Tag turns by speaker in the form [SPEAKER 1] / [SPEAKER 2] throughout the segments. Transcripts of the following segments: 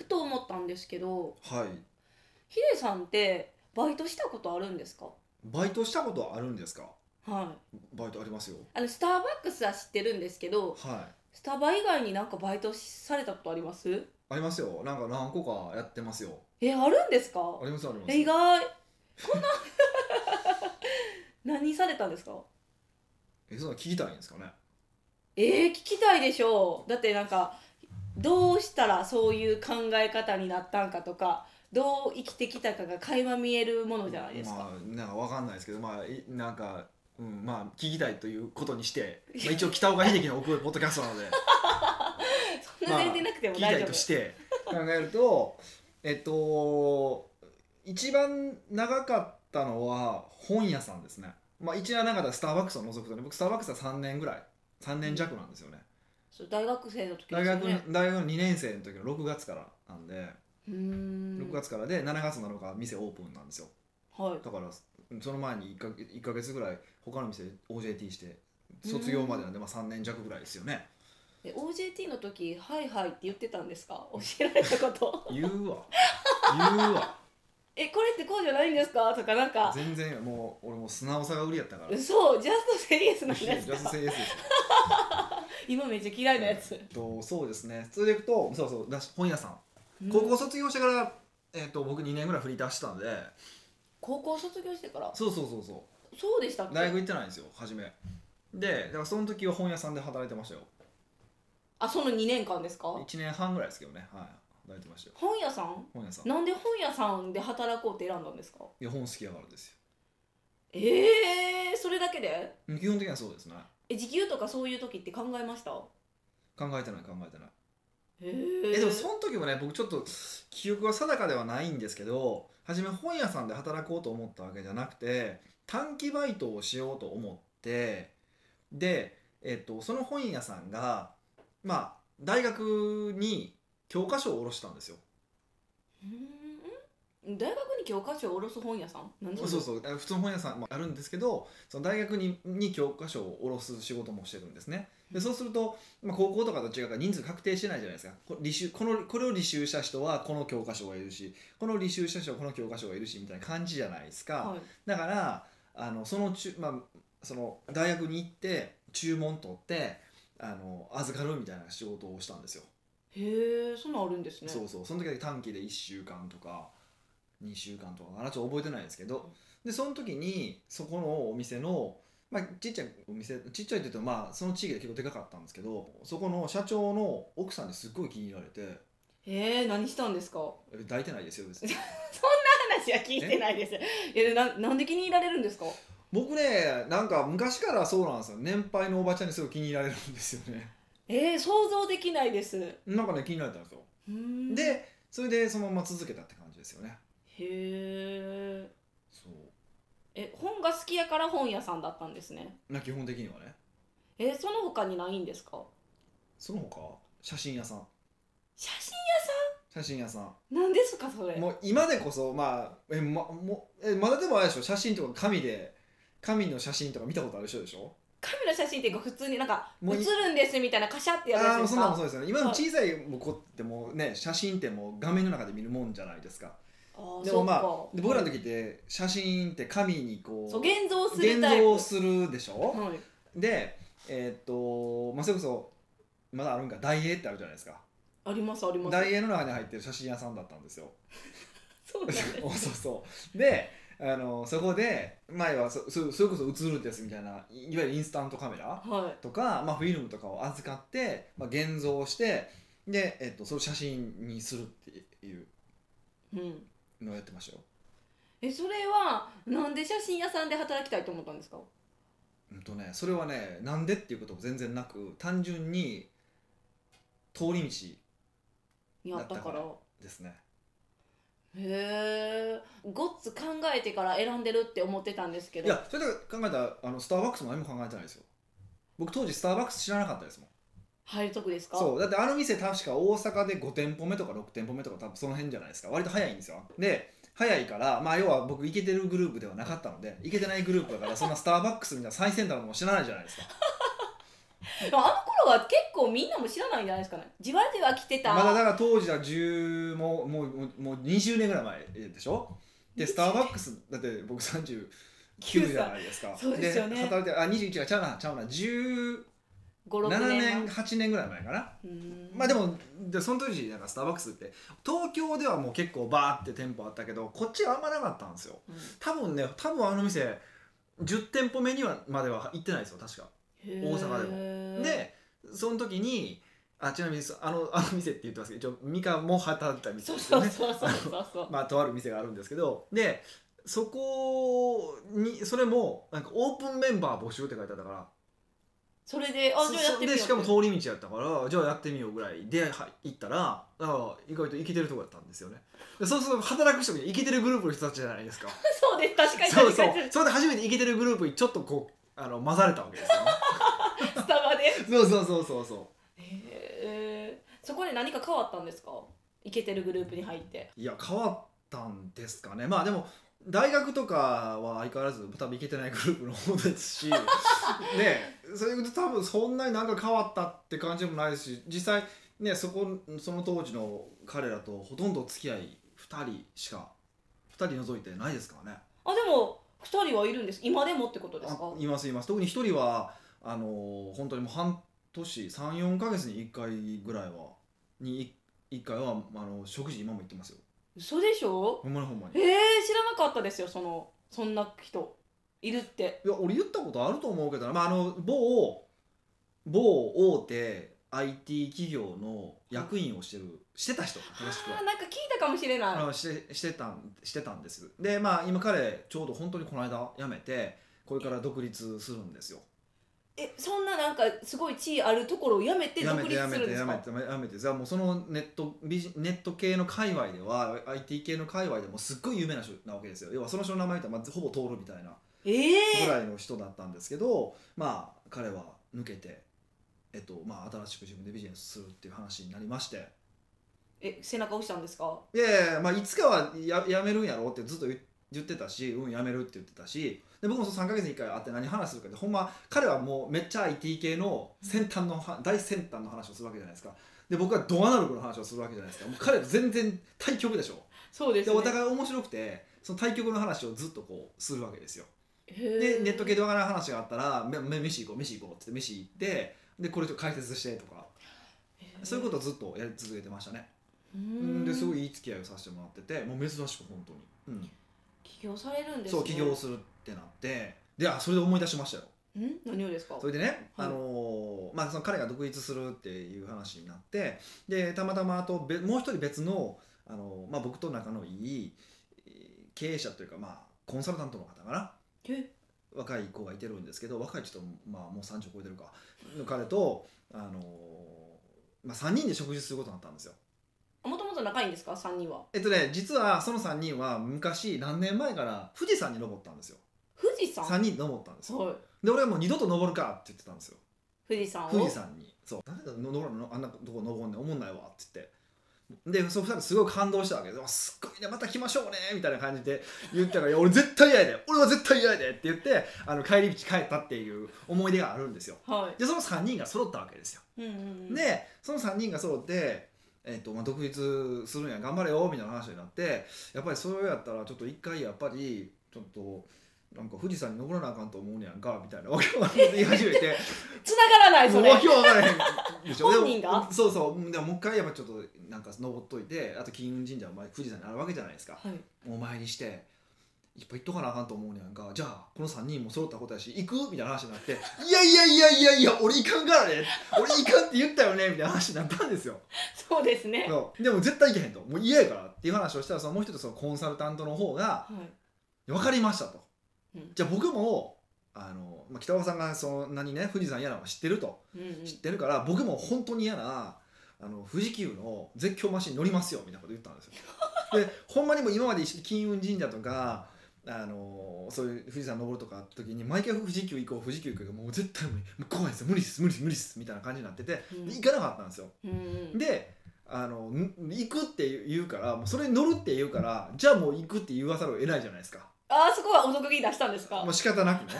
[SPEAKER 1] ったんですけど
[SPEAKER 2] はい
[SPEAKER 1] ヒデさんってバイトしたことあるんですか
[SPEAKER 2] バイトしたことあるんですか
[SPEAKER 1] はい
[SPEAKER 2] バイトありますよ
[SPEAKER 1] あのスターバックスは知ってるんですけど
[SPEAKER 2] はい
[SPEAKER 1] スタバ以外になんかバイトされたことあります
[SPEAKER 2] ありますよなんか何個かやってますよ
[SPEAKER 1] えあるんですか
[SPEAKER 2] ありますあります
[SPEAKER 1] え意外こんな 何されたんですか
[SPEAKER 2] えそんなの聞きたいんですかね
[SPEAKER 1] えー、聞きたいでしょうだってなんかどうしたらそういう考え方になったんかとかどう生きてきたかが垣間見えるものじゃないですか、
[SPEAKER 2] まあなんかわかんないですけどまあいなんかうんまあ聞きたいということにして、まあ、一応北岡秀樹の奥越ポッドキャスト なので
[SPEAKER 1] そんな全然なくて
[SPEAKER 2] 聞
[SPEAKER 1] も
[SPEAKER 2] き
[SPEAKER 1] 大
[SPEAKER 2] た
[SPEAKER 1] 丈
[SPEAKER 2] い
[SPEAKER 1] 夫、
[SPEAKER 2] として考えるとえっと一番長かったのは本屋さんですねまあ一番長かったスターバックスを除くとね僕スターバックスは3年ぐらい3年弱なんですよね
[SPEAKER 1] そう大学生の時です
[SPEAKER 2] 大
[SPEAKER 1] よ
[SPEAKER 2] 学
[SPEAKER 1] ね
[SPEAKER 2] 大学の2年生の時の6月からなんで、
[SPEAKER 1] うーん
[SPEAKER 2] 6月からで7月7日店オープンなんですよ
[SPEAKER 1] はい
[SPEAKER 2] だからその前に1か一ヶ月ぐらい他の店で OJT して卒業までなんで、まあ、3年弱ぐらいですよね
[SPEAKER 1] え OJT の時「はいはい」って言ってたんですか 教えられたこと
[SPEAKER 2] 言うわ言うわ
[SPEAKER 1] えこれってこうじゃないんですかとかなんか
[SPEAKER 2] 全然もう俺もう素直さが売りやったから
[SPEAKER 1] そうジャストセリエスなん
[SPEAKER 2] ジャ
[SPEAKER 1] です
[SPEAKER 2] ズ
[SPEAKER 1] か
[SPEAKER 2] セイエスですよ
[SPEAKER 1] 今めっちゃ嫌いなやつ
[SPEAKER 2] えっとそうですねそれでいくとそうそうだし本屋さん高
[SPEAKER 1] う
[SPEAKER 2] 校
[SPEAKER 1] ん
[SPEAKER 2] 卒業してから、えっと僕2年ぐらい振り出したんで
[SPEAKER 1] 高校卒業してから
[SPEAKER 2] そうそうそうそ
[SPEAKER 1] そうでしたっ
[SPEAKER 2] う
[SPEAKER 1] け
[SPEAKER 2] 大学行ってないんですよ初めでだからその時は本屋さんで働いてましたよ
[SPEAKER 1] あその2年間ですか
[SPEAKER 2] 1年半ぐらいですけどねはい働いてましたよ
[SPEAKER 1] 本屋さん
[SPEAKER 2] 本屋さんい
[SPEAKER 1] なんで本屋さんで働こうって選んだんですか
[SPEAKER 2] や本好きやからですよ
[SPEAKER 1] ええー、それだけで
[SPEAKER 2] うん基本的にはそうですね
[SPEAKER 1] え時給とかそういう時って考えました
[SPEAKER 2] 考えてない考えてない
[SPEAKER 1] え
[SPEAKER 2] え
[SPEAKER 1] ー、
[SPEAKER 2] でもその時もね僕ちょっと記憶は定かではないんですけど初め本屋さんで働こうと思ったわけじゃなくて短期バイトをしようと思ってで、えっと、その本屋さんがまあ大学に教科書を下ろしたんですよ
[SPEAKER 1] うーん大学に教科書を下ろす本屋さん何
[SPEAKER 2] そうそうあ普通の本屋さんもあるんですけどその大学にに教科書を下ろす仕事もしてるんですねでそうすると、まあ、高校とかと違うから人数確定してないじゃないですかこ履修このこれを履修した人はこの教科書がいるしこの履修した人はこの教科書がいるしみたいな感じじゃないですか、
[SPEAKER 1] はい、
[SPEAKER 2] だからあのその中、まあ、その大学に行って注文取ってあの預かるみたいな仕事をしたんですよ、
[SPEAKER 1] へえそんなんあるんですね
[SPEAKER 2] そうそうその時は短期で1週間とか2週間とかかなちょっと覚えてないですけどでその時にそこのお店の、まあ、ちっちゃいお店ちっちゃいって言うとまあその地域で結構でかかったんですけどそこの社長の奥さんにすっごい気に入られて
[SPEAKER 1] えー、何したんですか
[SPEAKER 2] え抱いてないですよ別に
[SPEAKER 1] 話は聞いてないですいやななんで気に入られるんですか
[SPEAKER 2] 僕ねなんか昔からそうなんですよ年配のおばちゃんにすごい気に入られるんですよね
[SPEAKER 1] えー、想像できないですう
[SPEAKER 2] なんかね気に入られたんですよ
[SPEAKER 1] ーんへ
[SPEAKER 2] でそれでそのまま続けたって感じですよね
[SPEAKER 1] ー
[SPEAKER 2] そう
[SPEAKER 1] え本が好きやから本屋さんだったんですね
[SPEAKER 2] な基本的にはね
[SPEAKER 1] えー、その他にないんですか
[SPEAKER 2] その他写真屋さん
[SPEAKER 1] 写真
[SPEAKER 2] 写真屋さん
[SPEAKER 1] なんですかそれ
[SPEAKER 2] もう今でこそまあえまもうえまだでもあれでしょ写真とか紙で紙の写真とか見たことある人でしょ
[SPEAKER 1] カメラ写真っていうか普通になんか映
[SPEAKER 2] もうい
[SPEAKER 1] るんですみたいなカシャってやるや
[SPEAKER 2] あ
[SPEAKER 1] つ
[SPEAKER 2] あ
[SPEAKER 1] で
[SPEAKER 2] ー
[SPEAKER 1] す
[SPEAKER 2] そんなん
[SPEAKER 1] か
[SPEAKER 2] もそうですよね今の小さい子ってもうね写真ってもう画面の中で見るもんじゃないですか
[SPEAKER 1] あー
[SPEAKER 2] でもまあ
[SPEAKER 1] そっか
[SPEAKER 2] で僕らの時って写真って紙にこ
[SPEAKER 1] そう
[SPEAKER 2] う
[SPEAKER 1] 現像する
[SPEAKER 2] 現
[SPEAKER 1] タイプ
[SPEAKER 2] 像するでしょ、
[SPEAKER 1] はい
[SPEAKER 2] でえーっとまあそれこそまだあるんか大英ってあるじゃないですか
[SPEAKER 1] ありますあります
[SPEAKER 2] 大英の中に入ってる写真屋さんだったんですよ。
[SPEAKER 1] そうなんです
[SPEAKER 2] そうそうであのそこで前はそそそれこそ映るんですみたいないいわゆるインスタントカメラ
[SPEAKER 1] は
[SPEAKER 2] とか、まあ、フィルムとかを預かって、まあ、現像してで、えっと、それを写真にするっていう
[SPEAKER 1] い、うん、
[SPEAKER 2] のをやってましたよ。
[SPEAKER 1] えそれはなんで写真屋さんで働きたいと思ったんですか
[SPEAKER 2] うんとね、それはねなんでっていうことも全然なく単純に通り道
[SPEAKER 1] にあったから
[SPEAKER 2] だったですね。
[SPEAKER 1] へえごっつ考えてから選んでるって思ってたんですけ
[SPEAKER 2] い
[SPEAKER 1] ど
[SPEAKER 2] やそれで考えたらあのスターバックスも何も考えてないですよ。僕当時スターバックス知らなかったですもん。
[SPEAKER 1] 入るとこですか
[SPEAKER 2] そうだってあの店確か大阪で5店舗目とか6店舗目とか多分その辺じゃないですか割と早いんですよで早いからまあ要は僕イケてるグルー プではなかったのでイケてないグループだからそんなスターバックスみたいな最先端のもの知らないじゃないですか
[SPEAKER 1] でもあの頃は結構みんなも知らないんじゃないですかねじわじわ来てた、
[SPEAKER 2] まだだから当時は10もうもうもうもう20年ぐらい前でしょでスターバックスだって僕39じゃないですか
[SPEAKER 1] そうですよね
[SPEAKER 2] 働いてあ21がちゃうなちゃうな17
[SPEAKER 1] 56
[SPEAKER 2] 年
[SPEAKER 1] 年
[SPEAKER 2] 8年ぐらい前かな
[SPEAKER 1] 年
[SPEAKER 2] まあでもでその当時なんかスターバックスって東京ではもう結構バーって店舗あったけどこっちはあんまなかったんですよ多分ね多分あの店10店舗目にはまでは行ってないですよ確か大阪でも
[SPEAKER 1] も
[SPEAKER 2] でその時にあちなみにそあの あの店って言ってますけど一応ミカも働いてた店
[SPEAKER 1] そう
[SPEAKER 2] です
[SPEAKER 1] そう
[SPEAKER 2] よね
[SPEAKER 1] そうそうそうそう
[SPEAKER 2] まあとある店があるんですけどでそこにそれもなんかオープンメンバー募集って書いてあったから
[SPEAKER 1] それであじゃあやってみよう
[SPEAKER 2] でしかも通り道やったからじゃあやってみようぐらいではい行ったらだから意外とイケてるとこやったんですよねでそうすると働く人にイケてるグループの人たちじゃないです か
[SPEAKER 1] そうです確かに
[SPEAKER 2] そう
[SPEAKER 1] 確
[SPEAKER 2] そ
[SPEAKER 1] か
[SPEAKER 2] う
[SPEAKER 1] に
[SPEAKER 2] それで初めてイケてるグループにちょっとこうあの混ざれたわけです よ、ね、
[SPEAKER 1] スタバで
[SPEAKER 2] そうそうそうそうそう
[SPEAKER 1] へーそこで何か変わったんですかイケてるグループに入って
[SPEAKER 2] いや変わったんですかねまあでも大学とかは相変わらず多分行けてないグループの方です しねそれで多分そんなになんか変わったって感じでもないですし実際ねそこその当時の彼らとほとんど付き合い2人しか2人除いてないですからね
[SPEAKER 1] あでも二人はいるんです今でもってことです
[SPEAKER 2] あ
[SPEAKER 1] か
[SPEAKER 2] いますいます特に1人はあの本当にもう半年34か月に1回ぐらいはに1回はあの食事今も行ってますよ
[SPEAKER 1] 嘘でしょ
[SPEAKER 2] ほんまにほんまに
[SPEAKER 1] えー、知らなかったですよそのそんな人いるって
[SPEAKER 2] いや俺言ったことあると思うけどな、まあ、あの某某大手 IT 企業の役員をしてるしてた人正しく
[SPEAKER 1] あ
[SPEAKER 2] は
[SPEAKER 1] ーなんか聞いたかもしれ
[SPEAKER 2] あ
[SPEAKER 1] ない
[SPEAKER 2] のしてしてたんしてたんですでまあ今彼ちょうど本当にこの間辞めてこれから独立するんですよ
[SPEAKER 1] えそんななんかすごい地位あるところをやめて
[SPEAKER 2] や
[SPEAKER 1] 独
[SPEAKER 2] めて
[SPEAKER 1] 立
[SPEAKER 2] や
[SPEAKER 1] す
[SPEAKER 2] め
[SPEAKER 1] るん
[SPEAKER 2] て
[SPEAKER 1] で
[SPEAKER 2] や
[SPEAKER 1] す
[SPEAKER 2] め
[SPEAKER 1] か
[SPEAKER 2] てやめてじゃあもうそのネットビジネット系の界隈では IT 系の界隈でもすっごい有名な人なわけですよ要はその人の名前言ったらまあほぼ通るみたいな
[SPEAKER 1] え
[SPEAKER 2] ぐ
[SPEAKER 1] え
[SPEAKER 2] らいの人だったんですけど、まあ彼は抜けて、えっとまあ、新しく自分でビジネスするっていう話になりまして
[SPEAKER 1] え背中押したんですか
[SPEAKER 2] いやいや、まあ、いつかはややめるんやろってずっと言言ってたしうんやめるって言ってたしで僕もその3ヶ月に1回会って何話するかでほんま彼はもうめっちゃ IT 系の先端のは大先端の話をするわけじゃないですか。で僕はドアナログの話をするわけじゃないですかもう彼全然対局でしょ
[SPEAKER 1] そうです、
[SPEAKER 2] で
[SPEAKER 1] ね、
[SPEAKER 2] お互い面白くてその対局の話をずっとこうするわけですよ
[SPEAKER 1] で
[SPEAKER 2] でネット系でわからない話があったら「めめ飯行こう飯行こう」っつって飯行ってでこれちょっと解説してとかそういうことをずっとやり続けてましたね
[SPEAKER 1] う
[SPEAKER 2] うん
[SPEAKER 1] ん
[SPEAKER 2] ですごいいい付き合いをさせてもらっててもう珍しく本当に、うん、
[SPEAKER 1] 起業されるんです
[SPEAKER 2] そ
[SPEAKER 1] ね
[SPEAKER 2] う起業するってなってであそれで思い出しましたよ
[SPEAKER 1] ん何をですか
[SPEAKER 2] それでね、
[SPEAKER 1] はい
[SPEAKER 2] あのーまあ、その彼が独立するっていう話になってでたまたまあとべもう一人別の、あのーまあ、僕と仲のいいえー経営者というか、まあ、コンサルタントの方かな
[SPEAKER 1] え
[SPEAKER 2] 若い子がいてるんですけど若いちょっと、まあ、もう30超えてるかの彼と、あのまあ、3人で食事することになったんですよ。
[SPEAKER 1] もともと仲いいんですか三人は
[SPEAKER 2] えっとね実はその3人は昔何年前から富士山に登ったんですよ
[SPEAKER 1] 富士山
[SPEAKER 2] 3人で登ったんですよ
[SPEAKER 1] はい
[SPEAKER 2] で俺はもう二度と登るかって言ってたんですよ
[SPEAKER 1] 富士山を
[SPEAKER 2] 富士山にそう誰だ登るのあんなとこ登んねんおもんないわって言って。でそう2人すごい感動したわけで「わすっごいねまた来ましょうね」みたいな感じで言ったから「いや俺絶対嫌やで俺は絶対嫌やで」って言ってあの帰り道帰ったっていう思い出があるんですよ
[SPEAKER 1] は
[SPEAKER 2] でその3人が揃ったわけですよ、
[SPEAKER 1] い、うんうんうん、
[SPEAKER 2] でその3人が揃って、えっとまあ、独立するんや頑張れよみたいな話になってやっぱりそれやったらちょっと一回やっぱりちょっとなんか富士山に登らなあかんと思うねやんかみたいなわけわからんこと言い始め て
[SPEAKER 1] 繋がらない
[SPEAKER 2] も
[SPEAKER 1] そうれ
[SPEAKER 2] わけわからへんでしょ
[SPEAKER 1] 本人が
[SPEAKER 2] でもそうそうでももう一回やっぱちょっとなんか登っといてあと金運神社お前富士山にあるわけじゃないですか
[SPEAKER 1] はい
[SPEAKER 2] お前にしていっぱい行っとかなあかんと思うねやんかじゃあこの3人も揃ったことやし行くみたいな話になって「いやいやいやいやいや俺行かんからね俺行かんって言ったよね」みたいな話になったんですよ
[SPEAKER 1] そうですねは
[SPEAKER 2] そうでも絶対行けへんともう嫌やからっていう話をしたらそのもう一つそのコンサルタントの方が
[SPEAKER 1] い
[SPEAKER 2] 「分かりました」と
[SPEAKER 1] うん
[SPEAKER 2] 「じゃあ僕もあのまあ北岡さんがそんなにね富士山嫌なの知ってると
[SPEAKER 1] うんうん
[SPEAKER 2] 知ってるから僕も本当に嫌なあの富士急の絶叫マシン乗りますよみたいなこと言ったん ですよ。でほんまにもう今まで一緒に金運神社とかあのそういう富士山登るとかあった時に毎回富士急行こう富士急行こうもう絶対無理もう怖いですよ無理です無理です無理ですみたいな感じになっててで
[SPEAKER 1] うん
[SPEAKER 2] 行かなかったんですよ。
[SPEAKER 1] うんうん
[SPEAKER 2] であのん行くって言うからもうそれに乗るって言うからじゃあもう行くって言わざるを得ないじゃないですか。
[SPEAKER 1] あーそこはお得意出したんですか
[SPEAKER 2] もう仕方なくね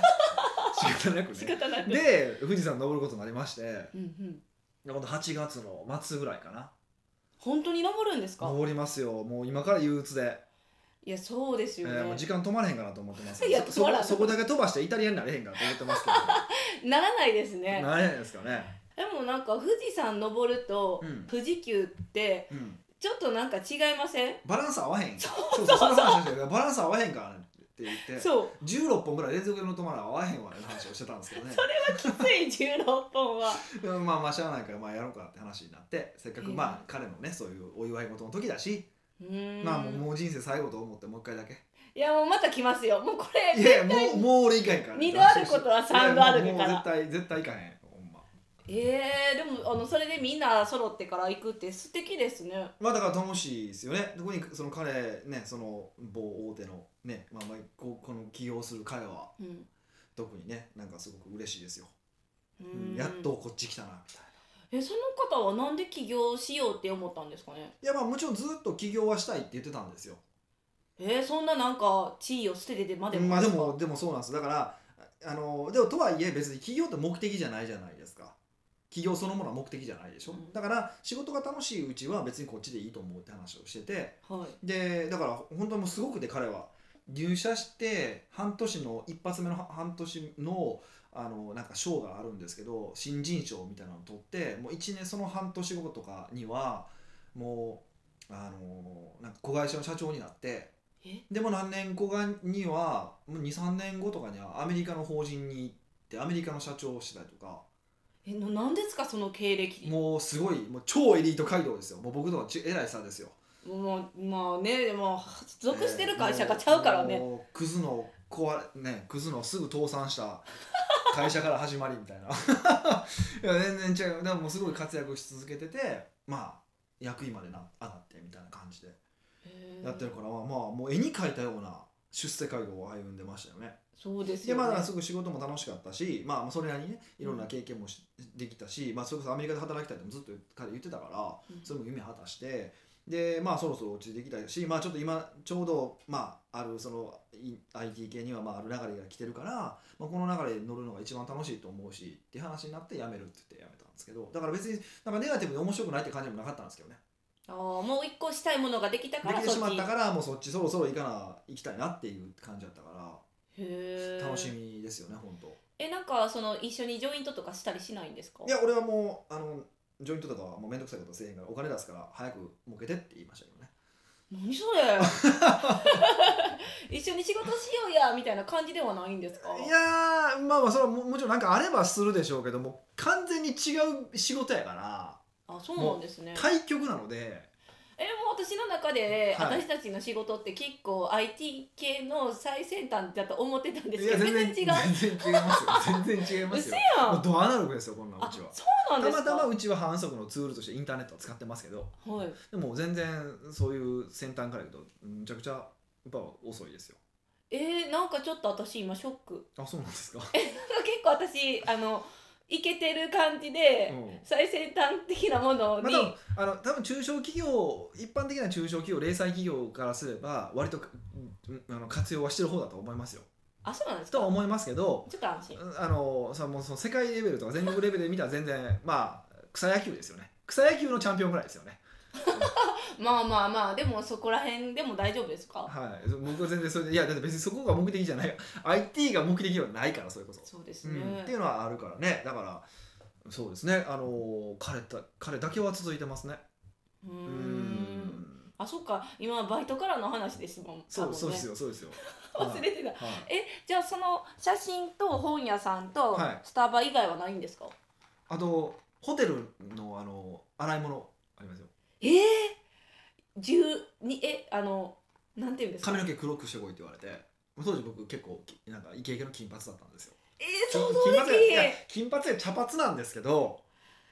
[SPEAKER 2] 仕仕方なく
[SPEAKER 1] 仕
[SPEAKER 2] ね
[SPEAKER 1] 方なく
[SPEAKER 2] で富士山登ることになりまして
[SPEAKER 1] うんうん
[SPEAKER 2] 今度8月の末ぐらいかな
[SPEAKER 1] 本当に登るんですか
[SPEAKER 2] 登りますよもう今から憂鬱で、
[SPEAKER 1] いやそうです
[SPEAKER 2] え
[SPEAKER 1] よね、
[SPEAKER 2] ーもう時間止まれへんかなと思ってます
[SPEAKER 1] いや
[SPEAKER 2] そそ
[SPEAKER 1] 止まら
[SPEAKER 2] こ
[SPEAKER 1] ん
[SPEAKER 2] そこだけ飛ばしてイタリアになれへんかなと思ってますけ
[SPEAKER 1] ならないです
[SPEAKER 2] ど
[SPEAKER 1] ね
[SPEAKER 2] なれへんですかね
[SPEAKER 1] でもなんか富士山登ると
[SPEAKER 2] うん
[SPEAKER 1] 富士急って
[SPEAKER 2] うん
[SPEAKER 1] ちょっとなんか違いません、
[SPEAKER 2] バランス合わへんそうそうその話をしてたけどバランス合わへんからねって言って
[SPEAKER 1] そう
[SPEAKER 2] 16本ぐらい連続での止まら合わへんわねって話をしてたんですけ どね
[SPEAKER 1] つい16本は
[SPEAKER 2] うんまあまあ知らないからまあやろうかって話になってせっかく
[SPEAKER 1] うん
[SPEAKER 2] まあ彼のねそういうお祝い事の時だし、
[SPEAKER 1] うーん
[SPEAKER 2] まあもうもう人生最後と思ってもう一回だけ
[SPEAKER 1] いやもうまた来ますよもうこれ
[SPEAKER 2] いやいやもうもう俺以外から
[SPEAKER 1] 二度あることは三度ある
[SPEAKER 2] いやもうもう
[SPEAKER 1] か
[SPEAKER 2] 絶対絶対いかへんほんま
[SPEAKER 1] えー、でもあのそれでみんな揃ってから行くって素敵ですね
[SPEAKER 2] まあだから楽しいですよね特にその彼ねその某大手のねまあまあここの起業する彼は
[SPEAKER 1] うん
[SPEAKER 2] 特にねなんかすごく嬉しいですよ、
[SPEAKER 1] う
[SPEAKER 2] うん
[SPEAKER 1] ーん
[SPEAKER 2] やっとこっち来たなみたい
[SPEAKER 1] え
[SPEAKER 2] な
[SPEAKER 1] その方はなんで起業しようって思ったんですかね
[SPEAKER 2] いやまあもちろんずっと起業はしたいって言ってたんですよ
[SPEAKER 1] えー、そんななんか地位を捨ててでまで
[SPEAKER 2] まあです
[SPEAKER 1] か
[SPEAKER 2] もでもそうなんですだからああのでもとはいえ別に起業って目的じゃないじゃないですか起業そのものは目的じゃないでしょ、
[SPEAKER 1] うん
[SPEAKER 2] だから仕事が楽しいうちは別にこっちでいいと思うって話をしてて
[SPEAKER 1] はい
[SPEAKER 2] でだから本当にもうすごくで彼は入社して半年の一発目の半年のあのなんか賞があるんですけど新人賞みたいなのを取ってもう1年その半年後とかにはもうあのなんか子会社の社長になって
[SPEAKER 1] え
[SPEAKER 2] でも何年後かには23年後とかにはアメリカの法人に行ってアメリカの社長をしてたりとか
[SPEAKER 1] えななんですかその経歴
[SPEAKER 2] もうすごいもう超エリート街道ですよもう僕とはちえらい差ですよ
[SPEAKER 1] もうまあねでも属してる会社がちゃうから
[SPEAKER 2] えー
[SPEAKER 1] ね、
[SPEAKER 2] もうクズの壊れねクズのすぐ倒産した会社から始まりみたいな いや全然違うでももうすごい活躍し続けててまあ役員までな上がってみたいな感じで
[SPEAKER 1] へー
[SPEAKER 2] やってるから、まあもう絵に描いたような出世街道を歩んでましたよね
[SPEAKER 1] そうです
[SPEAKER 2] で
[SPEAKER 1] よ、ね
[SPEAKER 2] まあだからすぐ仕事も楽しかったし、まあ、それなりにねいろんな経験もしできたし、まあ、それこそアメリカで働きたいってずっと彼言ってたから
[SPEAKER 1] うん
[SPEAKER 2] それも夢果たしてでまあそろそろ落ち着いてきたし、まあ、ちょっと今ちょうど、まあ、あるそのい IT 系にはまあある流れが来てるから、まあ、この流れに乗るのが一番楽しいと思うしっていう話になって辞めるって言って辞めたんですけどだから別になんかネガティブで面白くないって感じもなかったんですけどね
[SPEAKER 1] あーもう一個したいものができたか
[SPEAKER 2] で
[SPEAKER 1] ら
[SPEAKER 2] きてしまった
[SPEAKER 1] そっ
[SPEAKER 2] からもうそっちそろそろ行かな行きたいなっていう感じだったか
[SPEAKER 1] ちへ
[SPEAKER 2] ら
[SPEAKER 1] ー
[SPEAKER 2] 楽しみですよね本当。
[SPEAKER 1] えなんかその一緒にジョイントとかしたりしないんですか
[SPEAKER 2] いや俺はもうあのジョイントとかはもうめんどくさいことせえへんからお金出すから早く儲けてって言いましたけどね
[SPEAKER 1] 何そ れ一緒に仕事しようやみたいな感じではないんですか
[SPEAKER 2] いやーまあまあそれはももちろんなんかあればするでしょうけども完全に違う仕事やから
[SPEAKER 1] あそうなんですね
[SPEAKER 2] 対局なので
[SPEAKER 1] えもう私の中で、
[SPEAKER 2] はい
[SPEAKER 1] 私たちの仕事って結構 IT 系の最先端だと思ってたんで
[SPEAKER 2] い
[SPEAKER 1] すけど全然違う
[SPEAKER 2] 全然違いますよ全然違います
[SPEAKER 1] 嘘
[SPEAKER 2] よ
[SPEAKER 1] や
[SPEAKER 2] もうんドアナログですよこんなんう
[SPEAKER 1] あ
[SPEAKER 2] ちは
[SPEAKER 1] そうな
[SPEAKER 2] た
[SPEAKER 1] んです
[SPEAKER 2] ま
[SPEAKER 1] か
[SPEAKER 2] たまうちは反則のツールとしてインターネットを使ってますけど
[SPEAKER 1] はい、
[SPEAKER 2] でも全然そういう先端から言うとむちゃくちゃやっぱ遅いですよ
[SPEAKER 1] えー、なんかちょっと私今ショック
[SPEAKER 2] あそうなんですか、
[SPEAKER 1] なんか結構私あのイケてる感じで、
[SPEAKER 2] うん
[SPEAKER 1] 最先端的なもの
[SPEAKER 2] ま
[SPEAKER 1] に、
[SPEAKER 2] あ、多分あの多分中小企業一般的な中小企業零細企業からすれば割とかうんあの活用はしてる方だと思いますよ
[SPEAKER 1] あそうなんですか
[SPEAKER 2] とは思いますけど
[SPEAKER 1] ちょっと安心
[SPEAKER 2] あのそのもうその世界レベルとか全国レベルで見たら全然まあ草野球ですよね草野球のチャンピオンぐらいですよね
[SPEAKER 1] まあまあまあでもそこら辺でも大丈夫ですか
[SPEAKER 2] はい僕は全然それでいやだって別にそこが目的じゃない IT が目的ではないからそれこそ、
[SPEAKER 1] そうです
[SPEAKER 2] う
[SPEAKER 1] ね、
[SPEAKER 2] ん、っていうのはあるからねだからそうですねあの彼た彼だけは続いてますね
[SPEAKER 1] うー
[SPEAKER 2] うん
[SPEAKER 1] んあそっか今バイトからの話ですもん
[SPEAKER 2] そうそうです
[SPEAKER 1] よ
[SPEAKER 2] よそうですよ
[SPEAKER 1] 忘れてた
[SPEAKER 2] はい
[SPEAKER 1] えじゃあその写真と本屋さんと
[SPEAKER 2] はい
[SPEAKER 1] スタバ以外はないんですか、
[SPEAKER 2] あとホテルのあの洗い物ありますよ
[SPEAKER 1] ええー、十二えあのなんていうんですか
[SPEAKER 2] 髪の毛黒くしてこいって言われて当時僕結構きなんかイケイケの金髪だったんですよ
[SPEAKER 1] えー、想像
[SPEAKER 2] 金
[SPEAKER 1] で
[SPEAKER 2] 髪
[SPEAKER 1] き
[SPEAKER 2] いや
[SPEAKER 1] へん
[SPEAKER 2] 金髪で茶髪なんですけど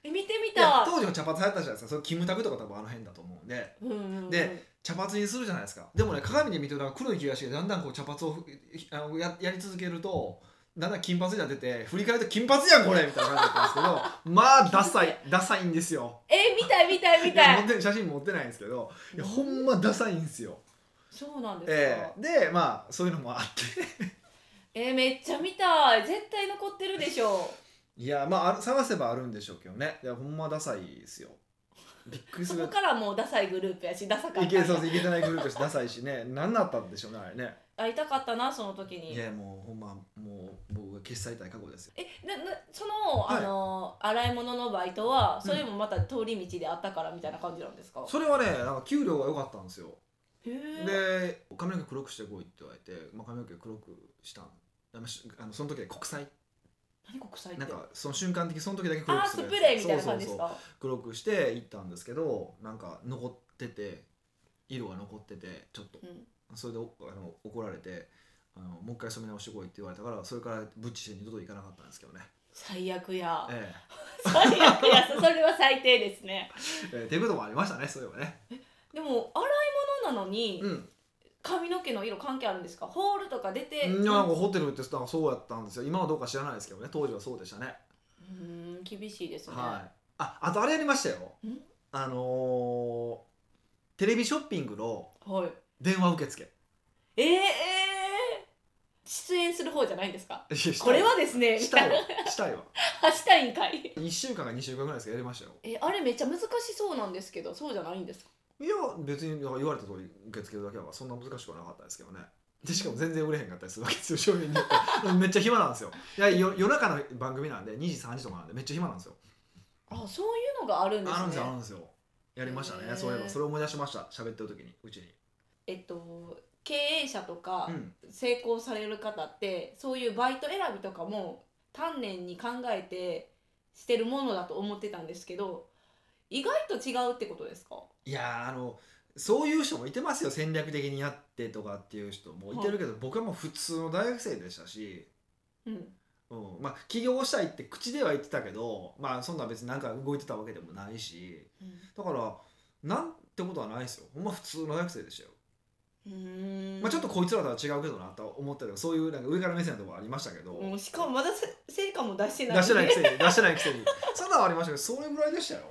[SPEAKER 1] え見てみ
[SPEAKER 2] いや
[SPEAKER 1] た
[SPEAKER 2] 当時の茶髪流行ったじゃないですかそれキムタクとか多分あの辺だと思うんで
[SPEAKER 1] うんうんうん
[SPEAKER 2] で茶髪にするじゃないですかでもね鏡で見てたら黒い気がしてだんだんこう茶髪をふ あのややり続けるとだんだん金髪になってて振り返ると金髪やんこれみたいな感じだったんです けどまあダサいダサいんですよ
[SPEAKER 1] え見たい見たい見
[SPEAKER 2] い
[SPEAKER 1] た
[SPEAKER 2] や
[SPEAKER 1] い
[SPEAKER 2] 持って写真持ってないんですけどいやほんまダサいんですよ
[SPEAKER 1] そうなんですか、
[SPEAKER 2] ええでまあそういうのもあって
[SPEAKER 1] えー、めっちゃ見たい絶対残ってるでしょ
[SPEAKER 2] いやまあある探せばあるんでしょうけどねいやほんまダサいですよびっ くりす
[SPEAKER 1] そ
[SPEAKER 2] る
[SPEAKER 1] こからもうダサいグループやしダサか
[SPEAKER 2] い
[SPEAKER 1] った
[SPEAKER 2] けそういけてないグループしダサいしね何だったんでしょうねあれね
[SPEAKER 1] 会いたかったなその時に
[SPEAKER 2] いやもうほんまもう僕が消し去りたい過去ですよ
[SPEAKER 1] えななその、
[SPEAKER 2] はい
[SPEAKER 1] あの洗い物のバイトはそれもまた通り道であったからみたいな感じなんですか、
[SPEAKER 2] それはねなんか給料が良かったんですよ
[SPEAKER 1] へえ
[SPEAKER 2] で髪の毛黒くしてこいって言われて、まあ、髪の毛黒くしたんあのしあのその時で国際
[SPEAKER 1] 何国際って
[SPEAKER 2] なんかその瞬間的その時だけ黒
[SPEAKER 1] あ
[SPEAKER 2] く
[SPEAKER 1] ー
[SPEAKER 2] す
[SPEAKER 1] ス
[SPEAKER 2] るやつ
[SPEAKER 1] プレーみたいな感じで
[SPEAKER 2] そうそう
[SPEAKER 1] す
[SPEAKER 2] そう
[SPEAKER 1] か
[SPEAKER 2] 黒くして行ったんですけどなんか残ってて色が残っててちょっと
[SPEAKER 1] うん
[SPEAKER 2] それでおあの怒られてあのもう一回染め直してこいって言われたからそれからブッチして二度と行かなかったんですけどね。
[SPEAKER 1] 最悪や
[SPEAKER 2] え
[SPEAKER 1] 最悪 やそそれは最低ですね
[SPEAKER 2] えええっていうこともありましたねそういえばね。
[SPEAKER 1] でも洗い物なのに、
[SPEAKER 2] うん
[SPEAKER 1] 髪の毛の色関係あるんですかホールとか出て
[SPEAKER 2] いやなんかホテルってなんかそうやったんですよ今はどうか知らないですけどね当時はそうでしたね。
[SPEAKER 1] うーん厳しいですね、
[SPEAKER 2] はい、ああとあれやりましたよ
[SPEAKER 1] ん。
[SPEAKER 2] あのーテレビショッピングの
[SPEAKER 1] はい
[SPEAKER 2] 電話受付。
[SPEAKER 1] えー、えー出演する方じゃないんですか
[SPEAKER 2] いやしたい
[SPEAKER 1] これはですねみ
[SPEAKER 2] した
[SPEAKER 1] た
[SPEAKER 2] い
[SPEAKER 1] い
[SPEAKER 2] わ
[SPEAKER 1] な
[SPEAKER 2] したいわ。
[SPEAKER 1] あしたいんかい
[SPEAKER 2] 1週間か2週間ぐらいですけどやりましたよ。
[SPEAKER 1] えあれめっちゃ難しそうなんですけどそうじゃないんですか
[SPEAKER 2] いや別になんか言われた通り受け付けるだけはそんな難しくはなかったですけどねでしかも全然売れへんかったりするわけですよ商品によって めっちゃ暇なんですよいやよ夜中の番組なんで2時3時とかなんでめっちゃ暇なんですよ
[SPEAKER 1] あそういうのがあるんで
[SPEAKER 2] あるんで
[SPEAKER 1] す
[SPEAKER 2] すよある
[SPEAKER 1] ね
[SPEAKER 2] んですよやりましたね
[SPEAKER 1] へー
[SPEAKER 2] そういえばそれ思い出しました喋ってる時にうちに
[SPEAKER 1] えっと経営者とか
[SPEAKER 2] うん
[SPEAKER 1] 成功される方って、そういうバイト選びとかも丹念に考えてしてるものだと思ってたんですけど意外と違うってことですか
[SPEAKER 2] いやーあのそういう人もいてますよ戦略的にやってとかっていう人もいてるけど、僕はもう普通の大学生でしたし
[SPEAKER 1] うん
[SPEAKER 2] うん、まあ起業したいって口では言ってたけどまあそんな別になんか動いてたわけでもないしだからなんてことはないですよほんま普通の大学生でしたよ、
[SPEAKER 1] うん
[SPEAKER 2] まあちょっとこいつらとは違うけどなとは思ったけどそういうなんか上から目線のところありましたけど、
[SPEAKER 1] もうしかもまだせ成果も出してない
[SPEAKER 2] 出してないくせに出してないくせにそんなんはありましたけどそれぐらいでしたよ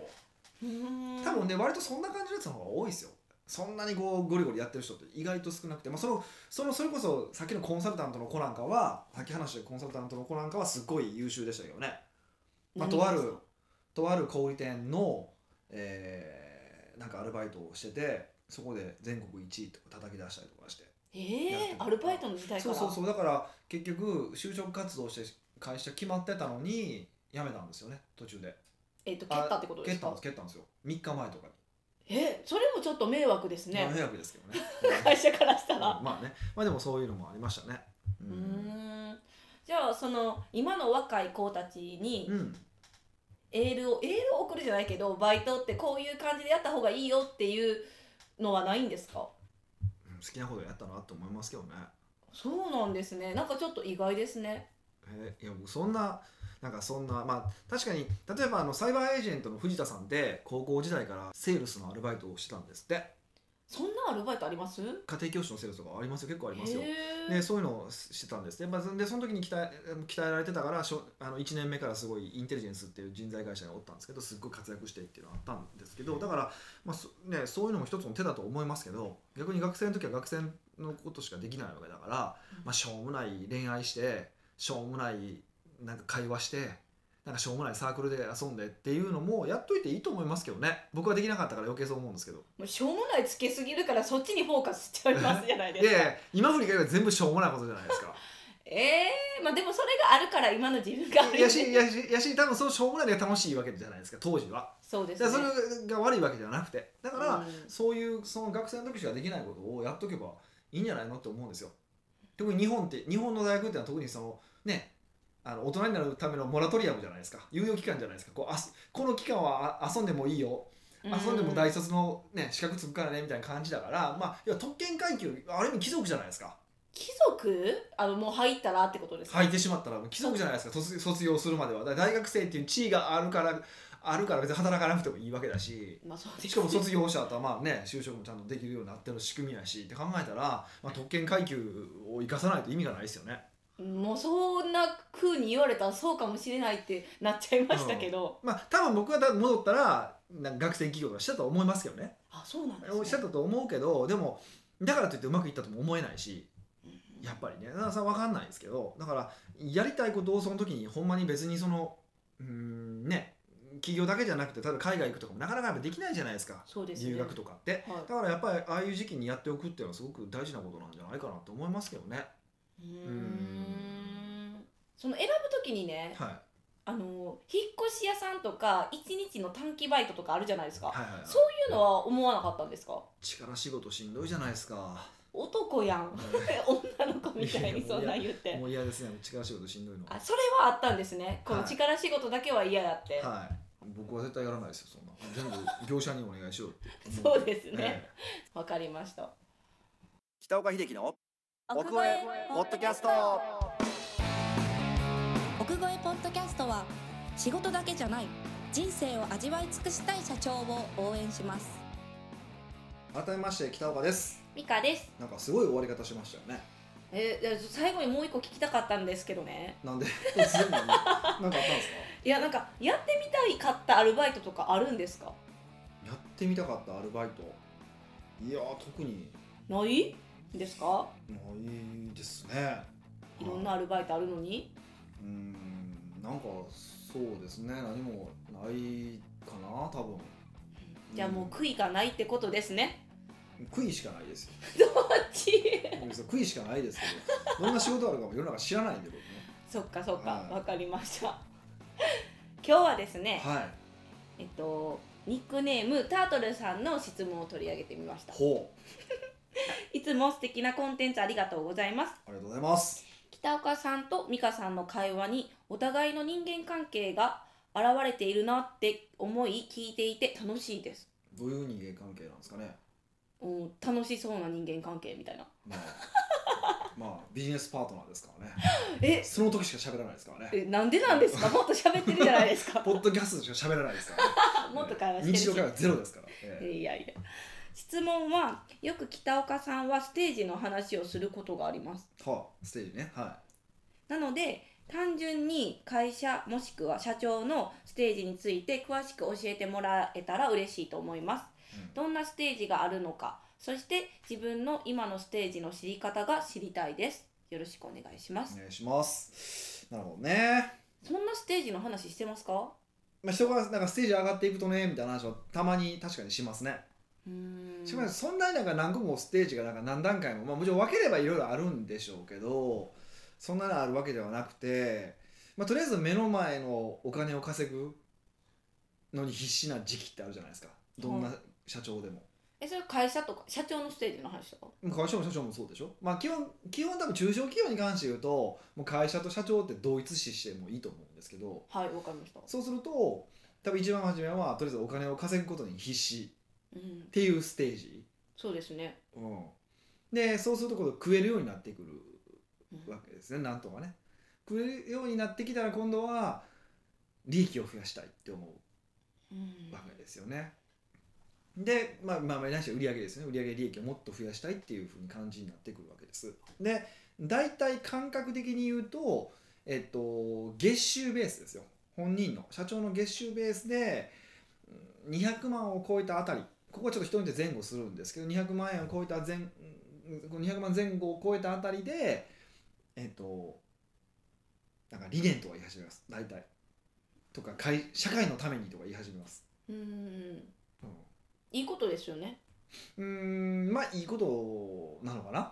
[SPEAKER 1] うん
[SPEAKER 2] 多分ね割とそんな感じのやつの方が多いですよそんなにこうゴリゴリやってる人って意外と少なくて、まあ、そのそのそれこそさっきのコンサルタントの子なんかはさっき話したコンサルタントの子なんかはすっごい優秀でしたけどねまあ、とあるとある小売店の、えーなんかアルバイトをしててそこで全国1位とか叩き出したりとかしてやって
[SPEAKER 1] ええ
[SPEAKER 2] る
[SPEAKER 1] ー、アルバイトの時代か
[SPEAKER 2] そう
[SPEAKER 1] ら
[SPEAKER 2] そうそうだから結局就職活動して会社決まってたのに辞めたんですよね途中で
[SPEAKER 1] えっと蹴ったってことで
[SPEAKER 2] 蹴っ
[SPEAKER 1] す
[SPEAKER 2] た
[SPEAKER 1] か
[SPEAKER 2] んです蹴ったんですよ3日前とか
[SPEAKER 1] えそれもちょっと迷惑です
[SPEAKER 2] に、
[SPEAKER 1] ね、
[SPEAKER 2] まあ迷惑ですけど ね
[SPEAKER 1] 会社からした
[SPEAKER 2] うん
[SPEAKER 1] ら、
[SPEAKER 2] まあねまあでもそういうのもありましたねう
[SPEAKER 1] うーんじゃあその今の若い子たちに
[SPEAKER 2] うん
[SPEAKER 1] エールをエールを送るじゃないけどバイトってこういう感じでやった方がいいよっていうのはないんですか
[SPEAKER 2] 好きなことやったなと思いますけどね
[SPEAKER 1] そうなんですねなんかちょっと意外ですね
[SPEAKER 2] えーいや僕そんななんかそんなまあ確かに例えばあのサイバーエージェントの藤田さんって高校時代からセールスのアルバイトをしてたんですって
[SPEAKER 1] そんなアルバイトあります
[SPEAKER 2] 家庭教師のセールスとかありますよ結構あ
[SPEAKER 1] あ
[SPEAKER 2] りますよ
[SPEAKER 1] へ
[SPEAKER 2] で
[SPEAKER 1] え
[SPEAKER 2] そういうのをしてたんですね、まあ、そんでその時に鍛え鍛えられてたからしょあの1年目からすごいインテリジェンスっていう人材会社におったんですけどすっごい活躍してっていうのがあったんですけどだから、まあそね、そういうのも一つの手だと思いますけど逆に学生の時は学生のことしかできないわけだから、まあ、しょうもない恋愛してしょうもないなんか会話してなんかしょうもないサークルで遊んでっていうのもやっといていいと思いますけどね僕はできなかったから余計そう思うんですけど
[SPEAKER 1] もうしょうもないつけすぎるからそっちにフォーカスしちゃいますじゃないで
[SPEAKER 2] いや
[SPEAKER 1] す
[SPEAKER 2] い
[SPEAKER 1] か
[SPEAKER 2] や今振り返れば全部しょうもないことじゃないですか。
[SPEAKER 1] ええまあでもそれがあるから今の自分があるんで
[SPEAKER 2] やしやしやし多分そのしょうもないのが楽しいわけじゃないですか当時は
[SPEAKER 1] そうで
[SPEAKER 2] だ
[SPEAKER 1] す
[SPEAKER 2] か
[SPEAKER 1] ね
[SPEAKER 2] らそれが悪いわけじゃなくてだから、
[SPEAKER 1] うん
[SPEAKER 2] そういうその学生の時しかできないことをやっとけばいいんじゃないのって思うんですよ特に日本って日本の大学ってのは特にそのねあの大人になるためのモラトリアムじゃないですか有用期間じゃないですかこうあすこの期間はあ遊んでもいいよ遊んでも大卒の、ね、資格つくからねみたいな感じだから、まあ、要は特権階級ある意味貴族じゃないですか
[SPEAKER 1] 貴族あのもう入ったらってことですか、
[SPEAKER 2] 履いてしまったらもう貴族じゃないですか卒卒業するまではだから大学生っていう地位があるからあるから別に働かなくてもいいわけだし
[SPEAKER 1] まあそうですね
[SPEAKER 2] しかも卒業した後はまあね就職もちゃんとできるようになってる仕組みやしって考えたら、まあ、特権階級を生かさないと意味がないですよね。
[SPEAKER 1] もうそんな風に言われたらそうかもしれないってなっちゃいましたけど、
[SPEAKER 2] まあ多分僕がだ戻ったらなんか学生企業がしてたと思いますけどね
[SPEAKER 1] あそうなんで
[SPEAKER 2] して
[SPEAKER 1] すね
[SPEAKER 2] たと思うけどでもだからといってうまくいったとも思えないし
[SPEAKER 1] うん
[SPEAKER 2] やっぱりねだからさ分かんないですけどだからやりたいことをその時にほんまに別にそのうーんね企業だけじゃなくて例えば海外行くとかもなかなかやっぱできないじゃないですか
[SPEAKER 1] そうですね
[SPEAKER 2] 留学とかって
[SPEAKER 1] はい
[SPEAKER 2] だからやっぱりああいう時期にやっておくっていうのはすごく大事なことなんじゃないかなと思いますけどね
[SPEAKER 1] うー
[SPEAKER 2] うん
[SPEAKER 1] その選ぶ時にね
[SPEAKER 2] は
[SPEAKER 1] あの引っ越し屋さんとか一日の短期バイトとかあるじゃないです
[SPEAKER 2] い
[SPEAKER 1] か、
[SPEAKER 2] はいはいはい
[SPEAKER 1] そういうのは思わなかったんですか
[SPEAKER 2] 力仕事しんどいじゃないですか
[SPEAKER 1] 男やん女の子みたいにそんなん言って
[SPEAKER 2] もう嫌ですね力仕事しんどいの
[SPEAKER 1] あそれはあったんですねこの
[SPEAKER 2] はい
[SPEAKER 1] 力仕事だけは嫌だって、
[SPEAKER 2] はい僕は絶対やらないですよそんな全部業者にお願いしようって 思
[SPEAKER 1] そうですね
[SPEAKER 2] ええ
[SPEAKER 1] わ、かりました
[SPEAKER 2] 北岡秀樹の奥越えポッドキャスト
[SPEAKER 3] 奥越えポッドキャストは仕事だけじゃない人生を味わい尽くしたい社長を応援します
[SPEAKER 2] 改めまして北岡です
[SPEAKER 1] ミカです
[SPEAKER 2] なんかすごい終わり方しましたよね
[SPEAKER 1] えー最後にもう一個聞きたかったんですけどね
[SPEAKER 2] なんで突然なんでなんかあったんですか
[SPEAKER 1] いやなんかやってみたいかったアルバイトとかあるんですか
[SPEAKER 2] やってみたかったアルバイトいやー特に
[SPEAKER 1] ないですか
[SPEAKER 2] ないですね
[SPEAKER 1] いろんなアルバイトあるのに
[SPEAKER 2] うーんなんかそうですね何もないかな多分
[SPEAKER 1] じゃあもう悔いがないってことですね
[SPEAKER 2] うん悔いしかないですよ
[SPEAKER 1] どっち
[SPEAKER 2] 悔いしかないですけどどんな仕事あるかも世の中知らないんで僕ね
[SPEAKER 1] そっかそっか
[SPEAKER 2] はい
[SPEAKER 1] わかりました今日はですね
[SPEAKER 2] はい
[SPEAKER 1] えっとニックネームタートルさんの質問を取り上げてみました
[SPEAKER 2] ほう
[SPEAKER 1] いつも素敵なコンテンツありがとうございます
[SPEAKER 2] ありがとうございます
[SPEAKER 1] 北岡さんと美香さんの会話にお互いの人間関係が現れているなって思い聞いていて楽しいです
[SPEAKER 2] どういう人間関係なんですかね
[SPEAKER 1] うん楽しそうな人間関係みたいな
[SPEAKER 2] まあまあビジネスパートナーですからね
[SPEAKER 1] え
[SPEAKER 2] その時しか喋らないですからね
[SPEAKER 1] えなんでなんですかもっと喋ってるじゃないですか
[SPEAKER 2] ポッドキャストでしか喋らないですからね
[SPEAKER 1] もっと会話してる
[SPEAKER 2] 日
[SPEAKER 1] し
[SPEAKER 2] 常会話ゼロですから、ええ
[SPEAKER 1] いやいや質問はよく北岡さんはステージの話をすることがあります
[SPEAKER 2] はあステージねは
[SPEAKER 1] なので単純に会社もしくは社長のステージについて詳しく教えてもらえたら嬉しいと思います
[SPEAKER 2] い、うん
[SPEAKER 1] どんなステージがあるのかそして自分の今のステージの知り方が知りたいですよろしくお願いします
[SPEAKER 2] お願いしますなるほどね
[SPEAKER 1] そんなステージの話してますか
[SPEAKER 2] まあ、人がなんかステージ上がっていくとねみたいな話はたまに確かにしますね、
[SPEAKER 1] うーん
[SPEAKER 2] しかもそんなになんか何個もステージがなんか何段階も、まあ、もちろん分ければいろいろあるんでしょうけどそんなのあるわけではなくて、まあ、とりあえず目の前のお金を稼ぐのに必死な時期ってあるじゃないですかどんな社長でも、
[SPEAKER 1] えそれ会社とか社長のステージの話とか
[SPEAKER 2] 会社も社長もそうでしょ、まあ、基本基本多分中小企業に関して言うともう会社と社長って同一視してもいいと思うんですけど
[SPEAKER 1] はいわかりました
[SPEAKER 2] そうすると多分一番初めはとりあえずお金を稼ぐことに必死
[SPEAKER 1] うん
[SPEAKER 2] っていうステージ、
[SPEAKER 1] そうですね、
[SPEAKER 2] うん、でそうすると今度食えるようになってく
[SPEAKER 1] うん
[SPEAKER 2] るわけですねなんとかね食えるようになってきたら今度は利益を増やしたいって思
[SPEAKER 1] うん
[SPEAKER 2] うわけですよね、でまあまあまあ何しろ売上ですね売上利益をもっと増やしたいっていうふうに感じになってくるわけですで大体感覚的に言うとえっと月収ベースですよ本人の社長の月収ベースでうん200万を超えたあたりここはちょっと人によって前後するんですけど200万円を超えた前うんこの200万前後を超えたあたりでえっとなんか理念とか言い始めます大体とか会社会のためにとか言い始めます、
[SPEAKER 1] うん
[SPEAKER 2] うん
[SPEAKER 1] いいことですよね
[SPEAKER 2] うーんまあいいことなのかな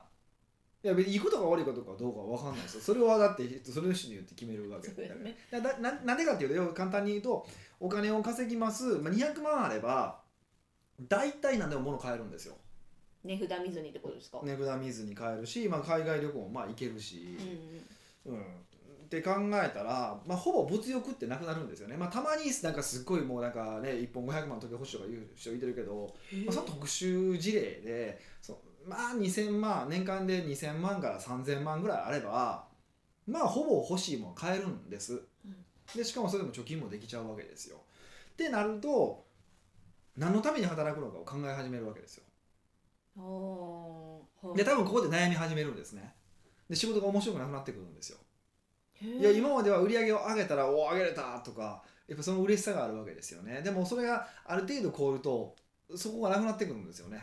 [SPEAKER 2] いや別にいいことか悪いことかどうかは分かんないですよそれはだってそれの人によって決めるわけだ
[SPEAKER 1] そう
[SPEAKER 2] か
[SPEAKER 1] です ね
[SPEAKER 2] らだななんでかっていうと要は簡単に言うとお金を稼ぎます、まあ、200万あれば大体何でも物買えるんですよ
[SPEAKER 1] 値札見ずにってことですか、
[SPEAKER 2] 値札見ずに買えるし、まあ、海外旅行もまあ行けるし、
[SPEAKER 1] うん
[SPEAKER 2] うん、って考えたら、まあ、ほぼ物欲ってなくなるんですよね、まあ、たまになんかすっごいもうなんかね1本500万の時欲しいとか言う人いてるけど、まあ、その特殊事例でそうまあ2000万年間で2000万から3000万ぐらいあればまあほぼ欲しいもん買えるんです、
[SPEAKER 1] うん
[SPEAKER 2] でしかもそれでも貯金もできちゃうわけですよってなると何のために働くのかを考え始めるわけですよ
[SPEAKER 1] あーはい
[SPEAKER 2] で多分ここで悩み始めるんですねで仕事が面白くなくなってくるんですよ
[SPEAKER 1] へー
[SPEAKER 2] いや今までは売り上げを上げたらおお上げれたとかやっぱその嬉しさがあるわけですよねでもそれがある程度凍るとそこがなくなってくるんですよね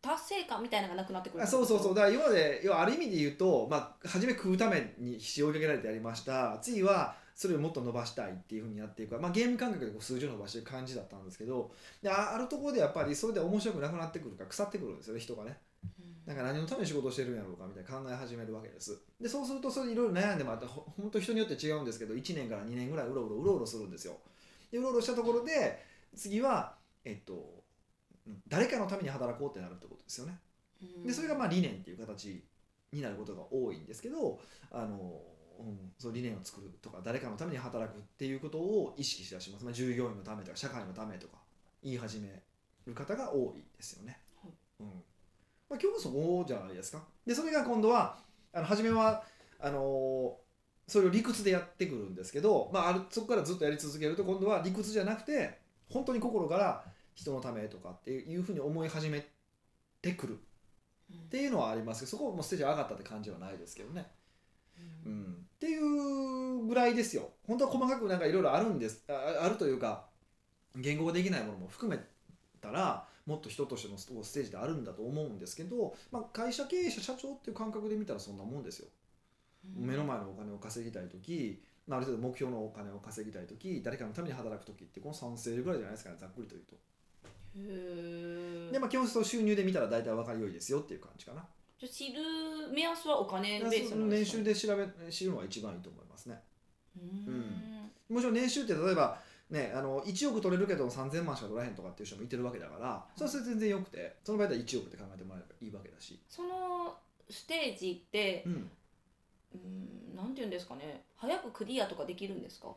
[SPEAKER 1] 単達成感みたいなのがなくなってくる
[SPEAKER 2] あそうそうそう
[SPEAKER 1] だ
[SPEAKER 2] だから今まで要はある意味で言うと、まあ、初め食うために仕様をかけられてやりました次はそれをもっと伸ばしたいっていうふうにやっていく、まあ、ゲーム感覚でこう数字を伸ばしてる感じだったんですけどでああるところでやっぱりそれで面白くなくなってくるから腐ってくるんですよね人がねなんか何のために仕事をしてるんやろうかみたいな考え始めるわけですでそうするとそれいろいろ悩んでまたほほんと人によって違うんですけど1年から2年ぐらいうろうろうろうろするんですよでうろうろしたところで次はえっと誰かのために働こうってなるってことですよねでそれがまあ理念っていう形になることが多いんですけどあの、うん、その理念を作るとか誰かのために働くっていうことを意識しだします、まあ、従業員のためとか社会のためとか言い始める方が多いですよね。
[SPEAKER 1] はい
[SPEAKER 2] うんまあ、今日はそこじゃないですか。でそれが今度はあの初めはあのそれを理屈でやってくるんですけど、まあ、あるそこからずっとやり続けると今度は理屈じゃなくて本当に心から人のためとかっていうふうに思い始めてくるっていうのはありますけどそこはもうステージ上がったって感じはないですけどね、
[SPEAKER 1] う
[SPEAKER 2] うんん、っていうぐらいですよ本当は細かくなんかいろいろあるんですああるというか言語ができないものも含めたらもっと人としてのスステージであるんだと思うんですけど、まあ、会社経営者社長っていう感覚で見たらそんなもんですよ目の前のお金を稼ぎたい時、まあ、ある程度目標のお金を稼ぎたい時誰かのために働く時ってこの3セールぐらいじゃないですかねざっくりと言うと
[SPEAKER 1] へえ
[SPEAKER 2] でまあ基本その収入で見たら大体分かりよいですよっていう感じかな
[SPEAKER 1] じゃあ知る目安はお金ベース
[SPEAKER 2] そ
[SPEAKER 1] な
[SPEAKER 2] の
[SPEAKER 1] んで
[SPEAKER 2] 年
[SPEAKER 1] すか
[SPEAKER 2] 収で調べ知るのが一番いいと思いますね
[SPEAKER 1] う
[SPEAKER 2] うんもちろん年収って例えばねあの1億取れるけど3000万しか取らへんとかっていう人もいてるわけだからそれはそれで全然よくてその場合だったら1億って考えてもらえばいいわけだし、
[SPEAKER 1] そのステージって
[SPEAKER 2] う、ん、
[SPEAKER 1] うん、なんて言うんですかね早くクリアとかできるんですか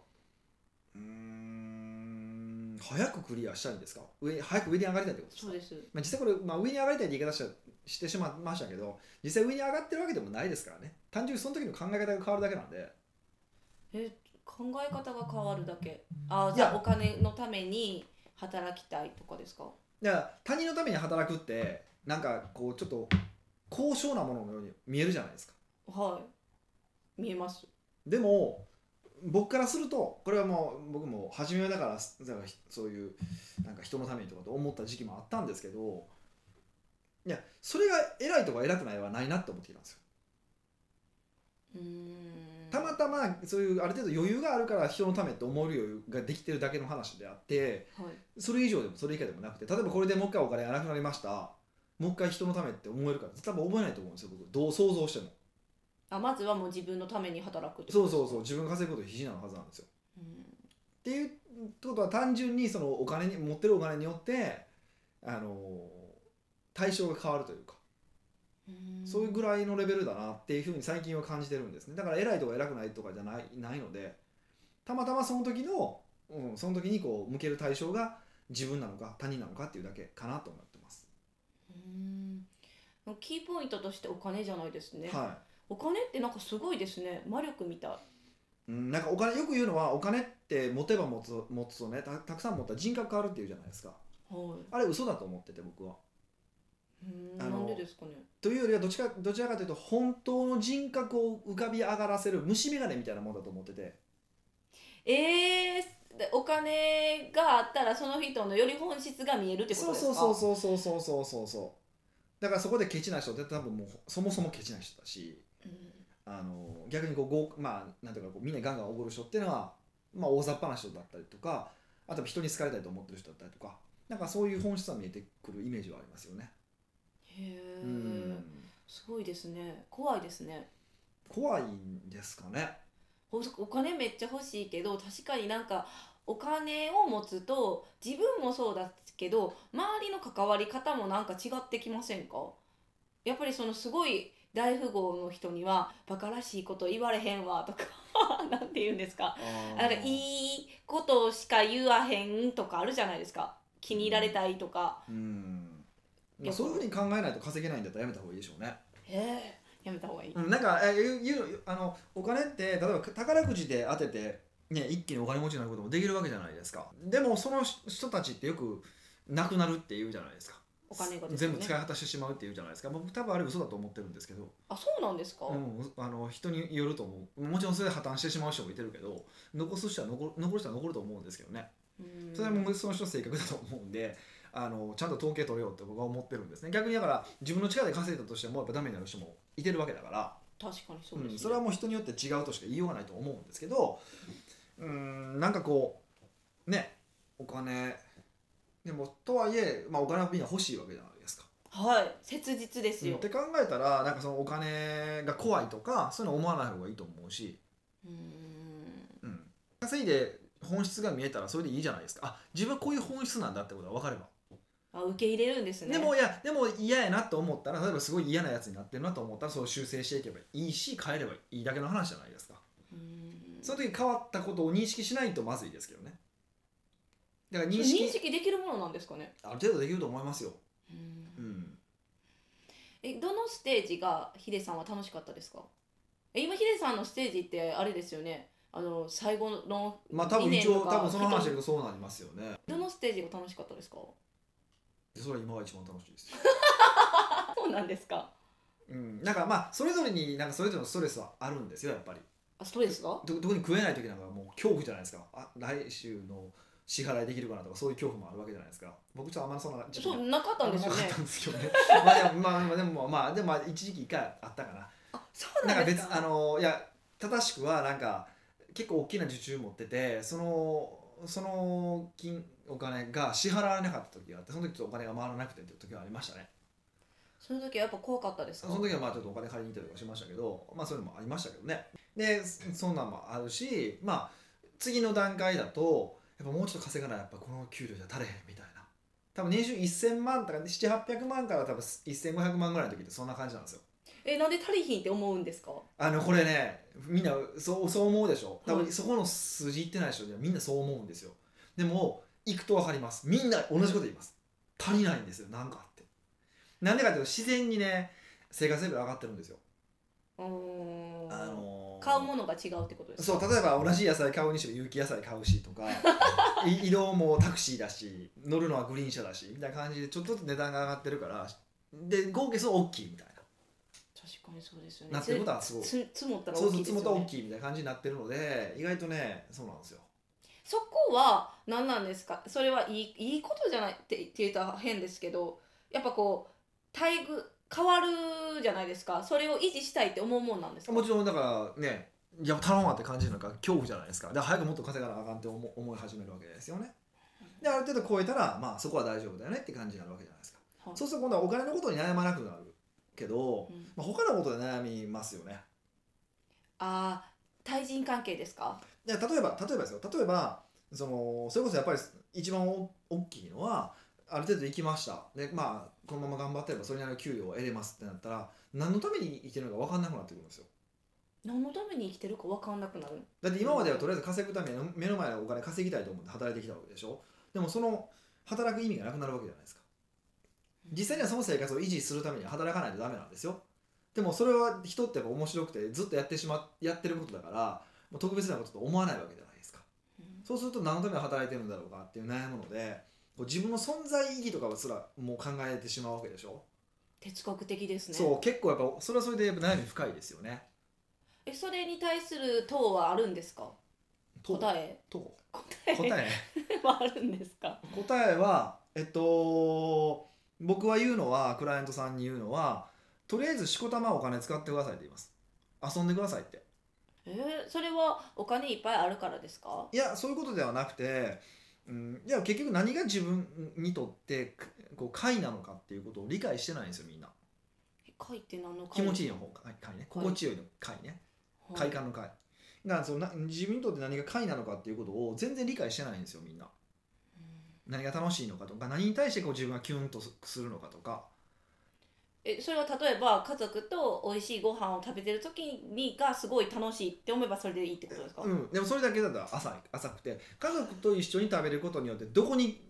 [SPEAKER 2] うーん早くクリアしたいんですか上早く上に上がりたいってことです
[SPEAKER 1] そ
[SPEAKER 2] か
[SPEAKER 1] うです
[SPEAKER 2] まあ、実際これ、まあ、上に上がりたいって言い方ししてしまいましたけど実際上に上がってるわけでもないですからね単純にその時の考え方が変わるだけなんで
[SPEAKER 1] え考え方が変わるだけあ
[SPEAKER 2] い
[SPEAKER 1] じゃ
[SPEAKER 2] や
[SPEAKER 1] あお金のために働きたいとかですか
[SPEAKER 2] だから他人のために働くってなんかこうちょっと高尚なもののように見えるじゃないですか
[SPEAKER 1] はい見えます
[SPEAKER 2] でも僕からするとこれはもう僕も初めはだからだからひそういうなんか人のためにとかと思った時期もあったんですけどいやそれが偉いとか偉くないはないなって思ってきたんですよ
[SPEAKER 1] うーん
[SPEAKER 2] たまたまそういうある程度余裕があるから人のためって思える余裕ができてるだけの話であって
[SPEAKER 1] はい
[SPEAKER 2] それ以上でもそれ以下でもなくて例えばこれでもう一回お金がなくなりましたもう一回人のためって思えるかって多分思えないと思うんですよ僕どう想像しても
[SPEAKER 1] あまずはもう自分のために働くって
[SPEAKER 2] そう
[SPEAKER 1] う
[SPEAKER 2] そうそう自分が稼ぐことが必死なのはずなんですよ
[SPEAKER 1] うん
[SPEAKER 2] っていうことは単純にそのお金に持ってるお金によってあの対象が変わるというか、
[SPEAKER 1] うん
[SPEAKER 2] そういうぐらいのレベルだなっていうふうに最近は感じてるんですねだから偉いとか偉くないとかじゃないないのでたまたまその時の、うん、その時にこう向ける対象が自分なのか他人なのかっていうだけかなと思ってます、
[SPEAKER 1] うんキーポイントとしてお金じゃないですね、
[SPEAKER 2] は
[SPEAKER 1] お金ってなんかすごいですね魔力みたい
[SPEAKER 2] い、うん、なんかお金よく言うのはお金って持てば持つ持つとねたたくさん持ったら人格変わるっていうじゃないですか
[SPEAKER 1] は
[SPEAKER 2] あれ嘘だと思ってて僕は。
[SPEAKER 1] いうん
[SPEAKER 2] あの
[SPEAKER 1] なんでですかね
[SPEAKER 2] というよりはどっちかどちらかというと本当の人格を浮かび上がらせる虫眼鏡みたいなもんだと思ってて
[SPEAKER 1] えー、でお金があったらその人のより本質が見えるってこと
[SPEAKER 2] そう
[SPEAKER 1] です
[SPEAKER 2] そ
[SPEAKER 1] か
[SPEAKER 2] うそうそうそうそうそうそうそうだからそこでケチな人って多分もうそもそもケチな人だし
[SPEAKER 1] うん
[SPEAKER 2] あの逆にこうごまあなんていうかこうみんなガンガンおごる人っていうのは、まあ、大雑把な人だったりとかあとは人に好かれたいと思ってる人だったりとかなんかそういう本質は見えてくるイメージはありますよね。
[SPEAKER 1] へえ、
[SPEAKER 2] うん
[SPEAKER 1] すごいですね怖いですね
[SPEAKER 2] 怖いんですかね。
[SPEAKER 1] おお金めっちゃ欲しいけど確かになんかお金を持つと自分もそうだけど周りの関わり方もなんか違ってきませんかやっぱりそのすごい大富豪の人にはバカらしいこと言われへんわとか なんて言うんですかなんかいいことしか言わへんとかあるじゃないですか気に入られたいとか、
[SPEAKER 2] うん
[SPEAKER 1] い
[SPEAKER 2] ま
[SPEAKER 1] や
[SPEAKER 2] あ、そういうふうに考えないと稼げないんだったらやめた方がいいでしょうね。
[SPEAKER 1] へえやめた方がいい、
[SPEAKER 2] うん、なんかえ言う言うあのお金って例えば宝くじで当てて、ね、一気にお金持ちになることもできるわけじゃないですかでもその人たちってよくなくなるっていうじゃないですか
[SPEAKER 1] お金がですよ
[SPEAKER 2] 全
[SPEAKER 1] ね
[SPEAKER 2] 部使い果たしてしまうっていうじゃないですか僕多分あれ嘘だと思ってるんですけど、
[SPEAKER 1] あそうなんですか、
[SPEAKER 2] うん、あの人によると思うもちろんそれで破綻してしまう人もいてるけど残す人は残る残る人は残ると思うんですけどね
[SPEAKER 1] うん
[SPEAKER 2] それはもうその人の性格だと思うんであのちゃんと統計取れようって僕は思ってるんですね逆にだから自分の力で稼いだとしてもやっぱダメになる人もいてるわけだから
[SPEAKER 1] 確かにそううです、ね
[SPEAKER 2] ん、それはもう人によって違うとしか言いようがないと思うんですけどうんなんかこうねお金でもとはいえ、まあ、お金はみんな欲しいわけじゃないですか。
[SPEAKER 1] はい切実です
[SPEAKER 2] っ
[SPEAKER 1] よ
[SPEAKER 2] て、考えたらなんかそのお金が怖いとかそういうの思わない方がいいと思うし、
[SPEAKER 1] うーん
[SPEAKER 2] うん、稼いで本質が見えたらそれでいいじゃないですかあ自分はこういう本質なんだってことが分かれば。
[SPEAKER 1] あ受け入れるんですね
[SPEAKER 2] でもいやでも嫌やなと思ったら例えばすごい嫌なやつになってるなと思ったらそれを修正していけばいいし変えればいいだけの話じゃないですか。
[SPEAKER 1] うーん
[SPEAKER 2] その時変わったことを認識しないとまずいですけどね。だから認
[SPEAKER 1] 認
[SPEAKER 2] 識
[SPEAKER 1] 識できるものなんですかね
[SPEAKER 2] ある程度できると思いますよ。
[SPEAKER 1] うー
[SPEAKER 2] うんん。
[SPEAKER 1] えどのステージがヒデさんは楽しかったですかえ今ヒデさんのステージってあれですよねあの最後の
[SPEAKER 2] まあ多分一
[SPEAKER 1] 理念
[SPEAKER 2] 応
[SPEAKER 1] とか
[SPEAKER 2] 多分その話だけどそうなりますよね。
[SPEAKER 1] どのステージが楽しかったですか
[SPEAKER 2] でそれは今が一番楽しいです。
[SPEAKER 1] そうなんですか
[SPEAKER 2] うん。なんかまあそれぞれになんかそれぞれのストレスはあるんですよやっぱり。
[SPEAKER 1] あストレスが
[SPEAKER 2] と特に食えない時なんかもう恐怖じゃないですか。あ来週の支払いできるかなとかそういう恐怖もあるわけじゃないですか。僕ちょっとあんまりそんな時期
[SPEAKER 1] そうなかったんですよ
[SPEAKER 2] な
[SPEAKER 1] ね
[SPEAKER 2] かったんですけどね。 まあでもまあまあでもまあでもまあ一時期一回あったかな。
[SPEAKER 1] あそう
[SPEAKER 2] なん
[SPEAKER 1] な
[SPEAKER 2] か
[SPEAKER 1] んで
[SPEAKER 2] 別
[SPEAKER 1] すか
[SPEAKER 2] あのいや正しくはなんか結構大きな受注持っててそのその金お金が支払われなかった時があってその時ちょっとお金が回らなくてっていう時がありましたね
[SPEAKER 1] その時はやっぱ怖かったです
[SPEAKER 2] そ
[SPEAKER 1] か
[SPEAKER 2] の時はまあちょっとお金借りに行ったりとかしましたけどまあそういうのもありましたけどねでそそんなんもあるしまあ次の段階だとやっぱもうちょっと稼がないやっぱこの給料じゃ足れへんみたいな多分年収1000万とか7800万から多分1500万ぐらいの時ってそんな感じなんですよ
[SPEAKER 1] えなんで足りひんって思うんですか
[SPEAKER 2] あのこれねみんなそうそう思うでしょ多
[SPEAKER 1] は
[SPEAKER 2] 分
[SPEAKER 1] い
[SPEAKER 2] そこの数字いってない人にはみんなそう思うんですよでも行くと分かりますみんな同じこと言います足りないんですよなんかあってなんでかっていうと自然にね生活レベル上がってるんですよ、
[SPEAKER 1] うーん
[SPEAKER 2] あのー
[SPEAKER 1] 買うものが違うってことです
[SPEAKER 2] そ
[SPEAKER 1] か
[SPEAKER 2] う例えば同じ野菜買うにしても有機野菜買うし とかい移動もタクシーだし乗るのはグリーン車だしみたいな感じでちょっとずつ値段が上がってるからで合計その大きいみたい
[SPEAKER 1] 確かにそうですよね
[SPEAKER 2] ななってることはすごい
[SPEAKER 1] つ積もったら
[SPEAKER 2] そう
[SPEAKER 1] 大
[SPEAKER 2] そ
[SPEAKER 1] き
[SPEAKER 2] う
[SPEAKER 1] いですよ
[SPEAKER 2] 積
[SPEAKER 1] ね
[SPEAKER 2] もったら大きいみたいな感じになってるので意外とねそうなんですよ
[SPEAKER 1] そこは何なんですかそれはいいいいことじゃないってって言ったら変ですけどやっぱこう待遇変わるじゃないですかそれを維持したいって思うもんなんですか
[SPEAKER 2] もちろんだからねいや頼むわって感じなんか恐怖じゃないですかだから早くもっと稼がなあかんって思思い始めるわけですよねである程度超えたらまあそこは大丈夫だよねって感じになるわけじゃないですか
[SPEAKER 1] はい
[SPEAKER 2] そうすると今度はお金のことに悩まなくなるけど、
[SPEAKER 1] うん
[SPEAKER 2] まあ、他のことで悩みますよね
[SPEAKER 1] ああ対人関係ですか
[SPEAKER 2] で例えば例えばですよ例えばそのそれこそやっぱり一番お大きいのはある程度行きましたでまあこのまま頑張ってればそれなりの給料を得れますってなったら何のために生きてるのか分かんなくなってくるんですよ
[SPEAKER 1] 何のために生きてるか分かんなくなる
[SPEAKER 2] だって今まではとりあえず稼ぐために目の前のお金稼ぎたいと思って働いてきたわけでしょでもその働く意味がなくなるわけじゃないですか実際にはその生活を維持するためには働かないとダメなんですよでもそれは人ってやっぱ面白くてずっとやってしまやってることだからもう特別なことと思わないわけじゃないですか
[SPEAKER 1] うん
[SPEAKER 2] そうすると何のために働いてるんだろうかっていう悩むのでこう自分の存在意義とかすらもう考えてしまうわけでしょ、
[SPEAKER 1] 哲学的ですね
[SPEAKER 2] そう結構やっぱそれはそれでやっぱ悩み深いですよね
[SPEAKER 1] えそれに対する党はあるんですか答え
[SPEAKER 2] と
[SPEAKER 1] 答え
[SPEAKER 2] 答え
[SPEAKER 1] はあるんですか
[SPEAKER 2] 答えはえっと僕は言うのはクライアントさんに言うのはとりあえずしこたまお金使ってくださいって言います遊んでくださいって
[SPEAKER 1] えー、それはお金いっぱいあるからですか
[SPEAKER 2] いやそういうことではなくて、うん、いや結局何が自分にとってくこう快なのかっていうことを理解してないんですよみんな
[SPEAKER 1] 書いて何の
[SPEAKER 2] 気持ちい
[SPEAKER 1] い
[SPEAKER 2] いの方快快ね心地よいの快ね快感の快だからそのな自分にとって何が快なのかっていうことを全然理解してないんですよみんな何が楽しいのかとか何に対してこう自分がキュンとするのかとか
[SPEAKER 1] えそれは例えば家族と美味しいご飯を食べてる時にがすごい楽しいって思えばそれでいいってことですか、
[SPEAKER 2] うん、でもそれだけだったら浅い浅くて家族と一緒に食べることによってどこに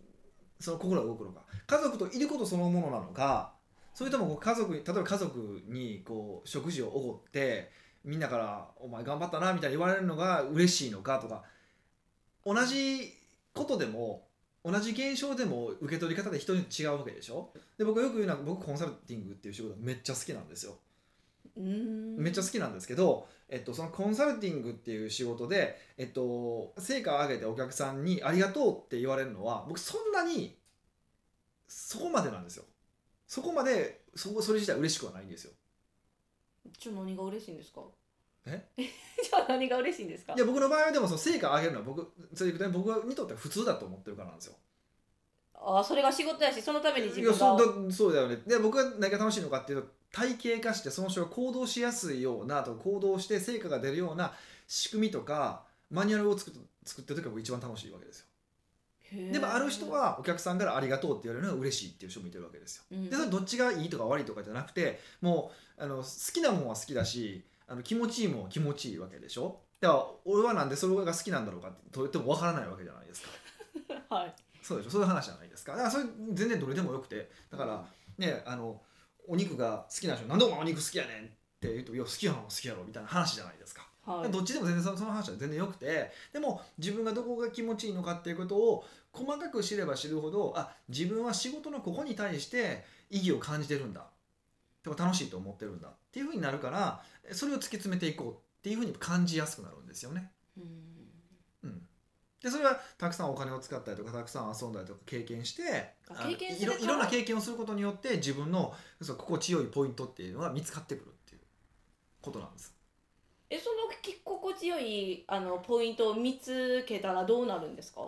[SPEAKER 2] その心が動くのか家族といることそのものなのかそれともこう家族に例えば家族にこう食事をおごってみんなから「お前頑張ったな」みたいに言われるのが嬉しいのかとか同じことでも同じ現象でも受け取り方で人によって違うわけでしょで僕よく言うのは僕コンサルティングっていう仕事めっちゃ好きなんですよ
[SPEAKER 1] うーん、
[SPEAKER 2] めっちゃ好
[SPEAKER 1] き
[SPEAKER 2] きなんですけど、えっと、そのコンサルティングっていう仕事で、えっと、成果を上げてお客さんに「ありがとう」って言われるのは僕そんなにそこまでなんですよそこまでそこそれ自体嬉しくはないんですよ
[SPEAKER 1] じゃあ何が嬉しいんですか
[SPEAKER 2] え
[SPEAKER 1] じゃあ何が嬉しいんですか
[SPEAKER 2] いや僕の場合はでもその成果を上げるのは僕それ僕にとっては普通だと思ってるからなんですよ
[SPEAKER 1] ああそれが仕事やしそのために自
[SPEAKER 2] い
[SPEAKER 1] 分
[SPEAKER 2] や
[SPEAKER 1] が
[SPEAKER 2] そうだそうだよねで僕は何が楽しいのかっていうと体系化してその人が行動しやすいようなとか行動して成果が出るような仕組みとかマニュアルを作っ作ってる時が僕一番楽しいわけですよ
[SPEAKER 1] へー
[SPEAKER 2] でもある人、はお客さんから「ありがとう」って言われるのが嬉しいっていう人もいてるわけですよ
[SPEAKER 1] うん
[SPEAKER 2] でそれどっちがいいとか悪いとかじゃなくてもうあの好きなもんは好きだしあの気持ちいいもんは気持ちいいわけでしょだから俺はなんでそれが好きなんだろうかってと言ってもわからないわけじゃないです か
[SPEAKER 1] はい
[SPEAKER 2] そうでしょそういう話じゃないですかだからそれ全然どれでもよくてだからねあのお肉が好きな人なんでお前お肉好きやねんって言うと「いや好きやろ好きやろ」みたいな話じゃないですか
[SPEAKER 1] はい
[SPEAKER 2] どっちでも全然そのその話は全然よくてでも自分がどこが気持ちいいのかっていうことを細かく知れば知るほどあ自分は仕事のここに対して意義を感じてるんだとか楽しいと思ってるんだっていうふうになるからそれを突き詰めていこうっていうふうに感じやすくなるんですよね。
[SPEAKER 1] うん
[SPEAKER 2] うんでそれはたくさんお金を使ったりとかたくさん遊んだりとか経験して
[SPEAKER 1] あ
[SPEAKER 2] あの
[SPEAKER 1] 経験す
[SPEAKER 2] い
[SPEAKER 1] る
[SPEAKER 2] ろ
[SPEAKER 1] から
[SPEAKER 2] いろんな経験をすることによって自分のそう心地よいポイントっていうのが見つかってくるっていうことなんです。
[SPEAKER 1] えその聞き心地よいあのポイントを見つけたらどうなるんですか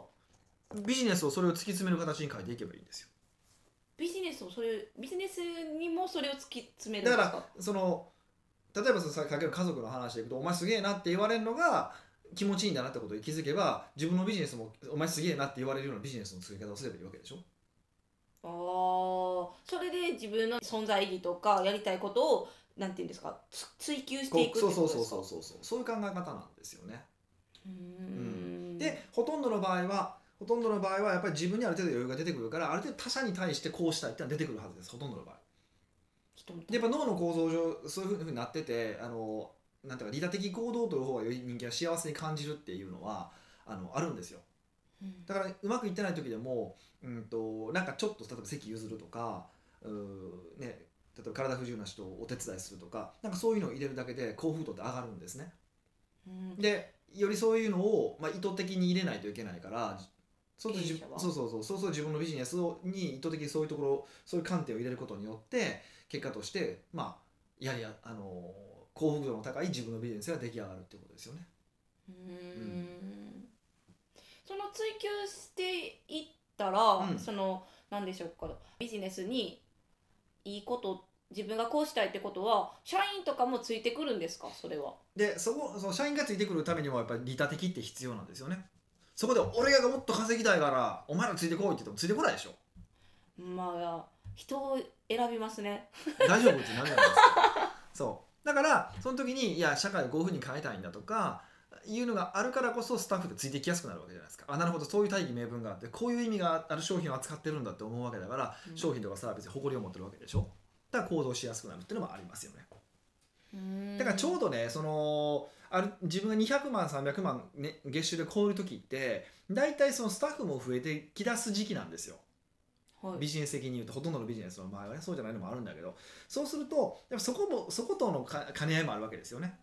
[SPEAKER 2] ビジネスをそれを突き詰める形に変えていけばいいんですよ。
[SPEAKER 1] ビジネスをそれビジネスにもそれを突き詰める
[SPEAKER 2] だ
[SPEAKER 1] ん
[SPEAKER 2] か
[SPEAKER 1] ですから
[SPEAKER 2] その例えばそのさっきの家族の話でいくと「お前すげえな」って言われるのが気持ちいいんだなってことに気づけば自分のビジネスも「お前すげえな」って言われるようなビジネスの作り方をすればいいわけでしょ
[SPEAKER 1] あーそれで自分の存在意義とかやりたいことをなんていうんですかつ追求していくって
[SPEAKER 2] そう
[SPEAKER 1] こと
[SPEAKER 2] そう
[SPEAKER 1] です
[SPEAKER 2] そ
[SPEAKER 1] か
[SPEAKER 2] うそうそうそうそういう考え方なんですよね。
[SPEAKER 1] うーん
[SPEAKER 2] でほとんどの場合はほとんどの場合はやっぱり自分にある程度余裕が出てくるからある程度他者に対してこうしたいってのは出てくるはずですほとんどの場合。
[SPEAKER 1] 人々
[SPEAKER 2] でやっぱ脳の構造上そういうふうになっててあのなんていうか利他的行動という方がより人間は幸せに感じるっていうのはあのあるんですよ。
[SPEAKER 1] うん
[SPEAKER 2] だからうまくいってない時でも、うん、となんかちょっと例えば席譲るとかうー、ね、例えば体不自由な人をお手伝いするとかなんかそういうのを入れるだけで幸福度って上がるんですね。
[SPEAKER 1] うん
[SPEAKER 2] でよりそういうのを、まあ、意図的に入れないといけないからそうする
[SPEAKER 1] 経営者
[SPEAKER 2] と自分
[SPEAKER 1] は
[SPEAKER 2] そうそうそうそうすると自分のビジネスをに意図的にそういうところそういう観点を入れることによって結果としてまあやりやあの幸福度の高い自分のビジネスが出来上がるっていうことですよね。
[SPEAKER 1] うーんその追求していったら、
[SPEAKER 2] うん
[SPEAKER 1] その何でしょうかビジネスにいいこと自分がこうしたいってことは社員とかもついてくるんですかそれは
[SPEAKER 2] でそこその社員がついてくるためにもやっぱり利他的って必要なんですよねそこで俺がもっと稼ぎたいからお前らついてこいって言ってもついてこないでしょ
[SPEAKER 1] まあ人を選びますね
[SPEAKER 2] 大丈夫ってなるじゃないですか そうだからその時にいや社会をこういうふうに変えたいんだとかいうのがあるからこそスタッフでついてきやすくなるわけじゃないですかあなるほどそういう大義名分があってこういう意味がある商品を扱ってるんだって思うわけだから、
[SPEAKER 1] うん
[SPEAKER 2] 商品とかサービスに誇りを持ってるわけでしょだから行動しやすくなるっていうのもありますよねだからちょう
[SPEAKER 1] ど
[SPEAKER 2] どねそのある自分が200万300万、ね、月収で超える時って大体そのスタッフも増えてきだす時期なんですよ
[SPEAKER 1] はい
[SPEAKER 2] ビジネス的に言うとほとんどのビジネスの場合はねそうじゃないのもあるんだけどそうするとやっぱそこもそことのか兼ね合いもあるわけですよね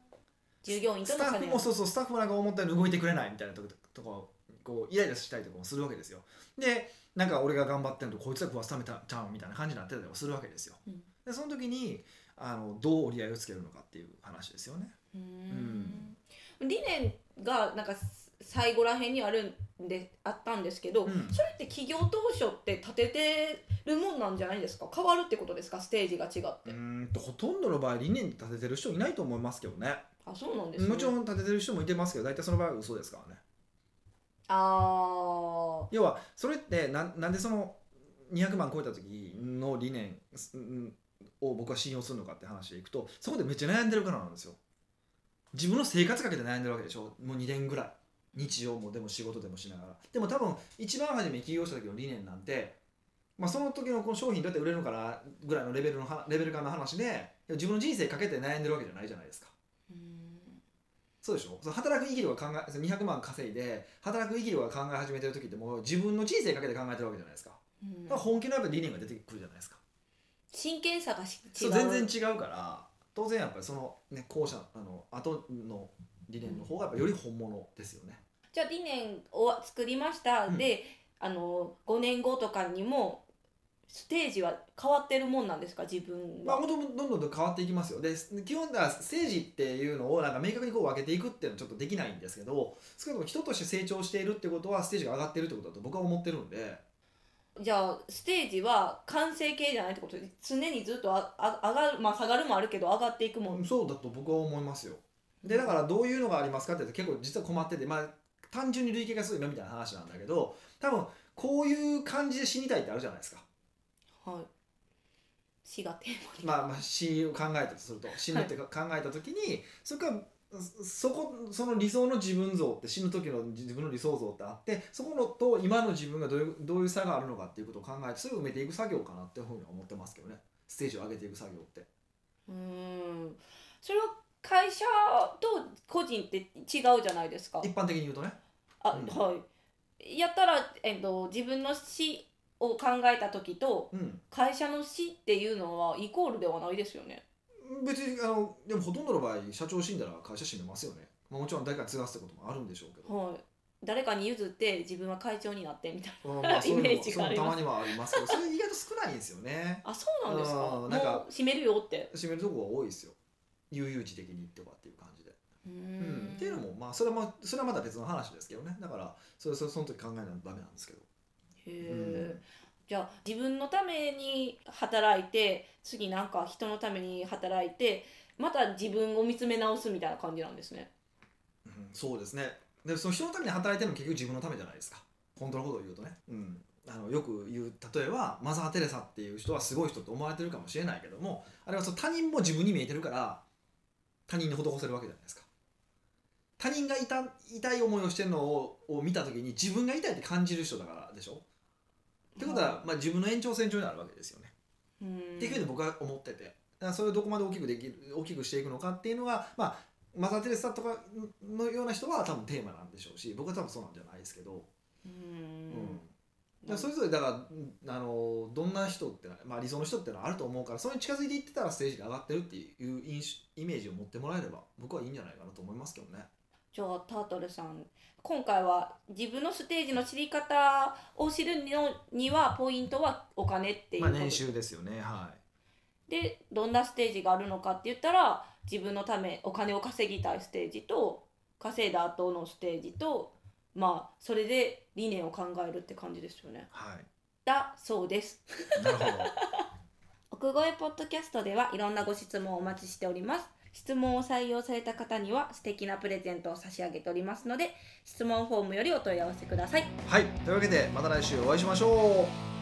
[SPEAKER 1] 従業員と
[SPEAKER 2] ス
[SPEAKER 1] の
[SPEAKER 2] タ
[SPEAKER 1] 兼ね合
[SPEAKER 2] ッ
[SPEAKER 1] い
[SPEAKER 2] フもそうそうスタッフもなんか思ったように動いてくれないみたいなとことここうイライラしたりとかもするわけですよでなんか俺が頑張ってるとこいつが食わすためたちゃうんみたいな感じになってたりもするわけですよ、
[SPEAKER 1] うん
[SPEAKER 2] でその時にあのどう折り合いをつけるのかっていう話ですよね
[SPEAKER 1] うーん理念がなんか最後らへんにあるんであったんですけど、
[SPEAKER 2] うん
[SPEAKER 1] それって企業当初って立ててるもんなんじゃないですか変わるってことですかステージが違って、
[SPEAKER 2] うーんとほとんどの場合理念立ててる人いないと思いますけどね
[SPEAKER 1] あそうなんですね
[SPEAKER 2] もちろん立ててる人もいてますけど大体その場合は嘘ですからね
[SPEAKER 1] あ
[SPEAKER 2] 要はそれってなんなんでその200万超えた時の理念うんを僕は信用するのかって話でいくとそこでめっちゃ悩んでるからなんですよ自分の生活かけて悩んでるわけでしょもう2年ぐらい日常もでも仕事でもしながらでも多分一番初めに起業した時の理念なんて、まあ、その時のこの商品どうやって売れるのかなぐらいのレベルのはレベル感の話でいや自分の人生かけて悩んでるわけじゃないじゃないですか
[SPEAKER 1] ーうん
[SPEAKER 2] そうでしょその働く意義量が考えその200万稼いで働く意義量が考え始めてる時ってもう自分の人生かけて考えてるわけじゃないですか
[SPEAKER 1] うん
[SPEAKER 2] だから本気のやっぱ理念が出てくるじゃないですか、
[SPEAKER 1] 真剣さがし
[SPEAKER 2] そ
[SPEAKER 1] 違う
[SPEAKER 2] う全然違うから当然やっぱりそのね後者あの後の理念の方がやっぱより本物ですよね、
[SPEAKER 1] じゃあ理念を作りました、
[SPEAKER 2] うん
[SPEAKER 1] であの5年後とかにもステージは変わってるもんなんですか自分
[SPEAKER 2] まあ、
[SPEAKER 1] は、
[SPEAKER 2] もともとどんどんどん変わっていきますよで基本では政治っていうのをなんか明確にこう分けていくっていうのはちょっとできないんですけど少なくとも人として成長しているってことはステージが上がってるってことだと僕は思ってるんで
[SPEAKER 1] じゃあステージは完成形じゃないってこと常にずっとああ上がるまあ下がるもあるけど上がっていくもん
[SPEAKER 2] そうだと僕は思いますよでだからどういうのがありますかって言うと結構実は困っててまあ単純に累計がすごいなみたいな話なんだけど多分こういう感じで死にたいってあるじゃないですか
[SPEAKER 1] はい死がテーマに、
[SPEAKER 2] まあまあ死を考えたとすると死ぬってか考えた時に、それからそそこその理想の自分像って死ぬ時の自分の理想像ってあってそこのと今の自分がどういうどういう差があるのかっていうことを考えてそれを埋めていく作業かなっていうふうには思ってますけどねステージを上げていく作業って。
[SPEAKER 1] うーんそれは会社と個人って違うじゃないですか
[SPEAKER 2] 一般的に言うとね
[SPEAKER 1] あ、
[SPEAKER 2] うん
[SPEAKER 1] はいやったら、えっと、自分の死を考えた時と
[SPEAKER 2] うん
[SPEAKER 1] 会社の死っていうのはイコールではないですよね
[SPEAKER 2] 別にあのでもほとんどの場合社長死んだら会社閉めますよね、まあ、もちろん誰かに継がすってこともあるんでしょう けど
[SPEAKER 1] はい誰かに譲って自分は会長になってみたい
[SPEAKER 2] まあまあそういうのも
[SPEAKER 1] イメージがあります
[SPEAKER 2] そういうのもたまにはありますけどそれ意外と少ないんですよね
[SPEAKER 1] なあそうなんですか
[SPEAKER 2] あーなんか
[SPEAKER 1] もう閉めるよって
[SPEAKER 2] 閉めるとこが多いですよ悠々自適にとかっていう感じで
[SPEAKER 1] うー
[SPEAKER 2] うん
[SPEAKER 1] ん
[SPEAKER 2] っていうのもまあそれはまあそれはまた別の話ですけどねだからそれそれその時考えないとダメなんですけど、
[SPEAKER 1] へ
[SPEAKER 2] う
[SPEAKER 1] え
[SPEAKER 2] ん、
[SPEAKER 1] じゃあ自分のために働いて次なんか人のために働いてまた自分を見つめ直すみたいな感じなんですね
[SPEAKER 2] うんそうですねでその人のために働いてるのも結局自分のためじゃないですか本当のことを言うとね、うん、あのよく言う例えばマザー・テレサっていう人はすごい人と思われてるかもしれないけどもあれはその他人も自分に見えてるから他人に施せるわけじゃないですか他人が痛痛い思いをしてるのをを見た時に自分が痛いって感じる人だからでしょってことは、まあ、自分の延長線上になるわけですよね
[SPEAKER 1] うーん
[SPEAKER 2] っていうふうに僕は思っててだからそれをどこまで大きくできる大きくしていくのかっていうのが、まあ、マザー・テレサとかのような人は多分テーマなんでしょうし僕は多分そうなんじゃないですけど、
[SPEAKER 1] うー
[SPEAKER 2] うんだからそれぞれだからあのどんな人ってのは、まあ、理想の人ってのはあると思うからそれに近づいていってたらステージに上がってるっていう印象イメージを持ってもらえれば僕はいいんじゃないかなと思いますけどね。
[SPEAKER 1] じゃあタートルさん今回は自分のステージの知り方を知るのにはポイントはお金っていうこと、
[SPEAKER 2] ですよねは
[SPEAKER 1] でどんなステージがあるのかって言ったら自分のためお金を稼ぎたいステージと稼いだ後のステージとまあそれで理念を考えるって感じですよね
[SPEAKER 2] い、はい、
[SPEAKER 1] だそうです
[SPEAKER 2] なるほど
[SPEAKER 1] 奥越えポッドキャストではいろんなご質問をお待ちしております質問を採用された方には素敵なプレゼントを差し上げておりますので質問フォームよりお問い合わせください
[SPEAKER 2] はいというわけでまた来週お会いしましょう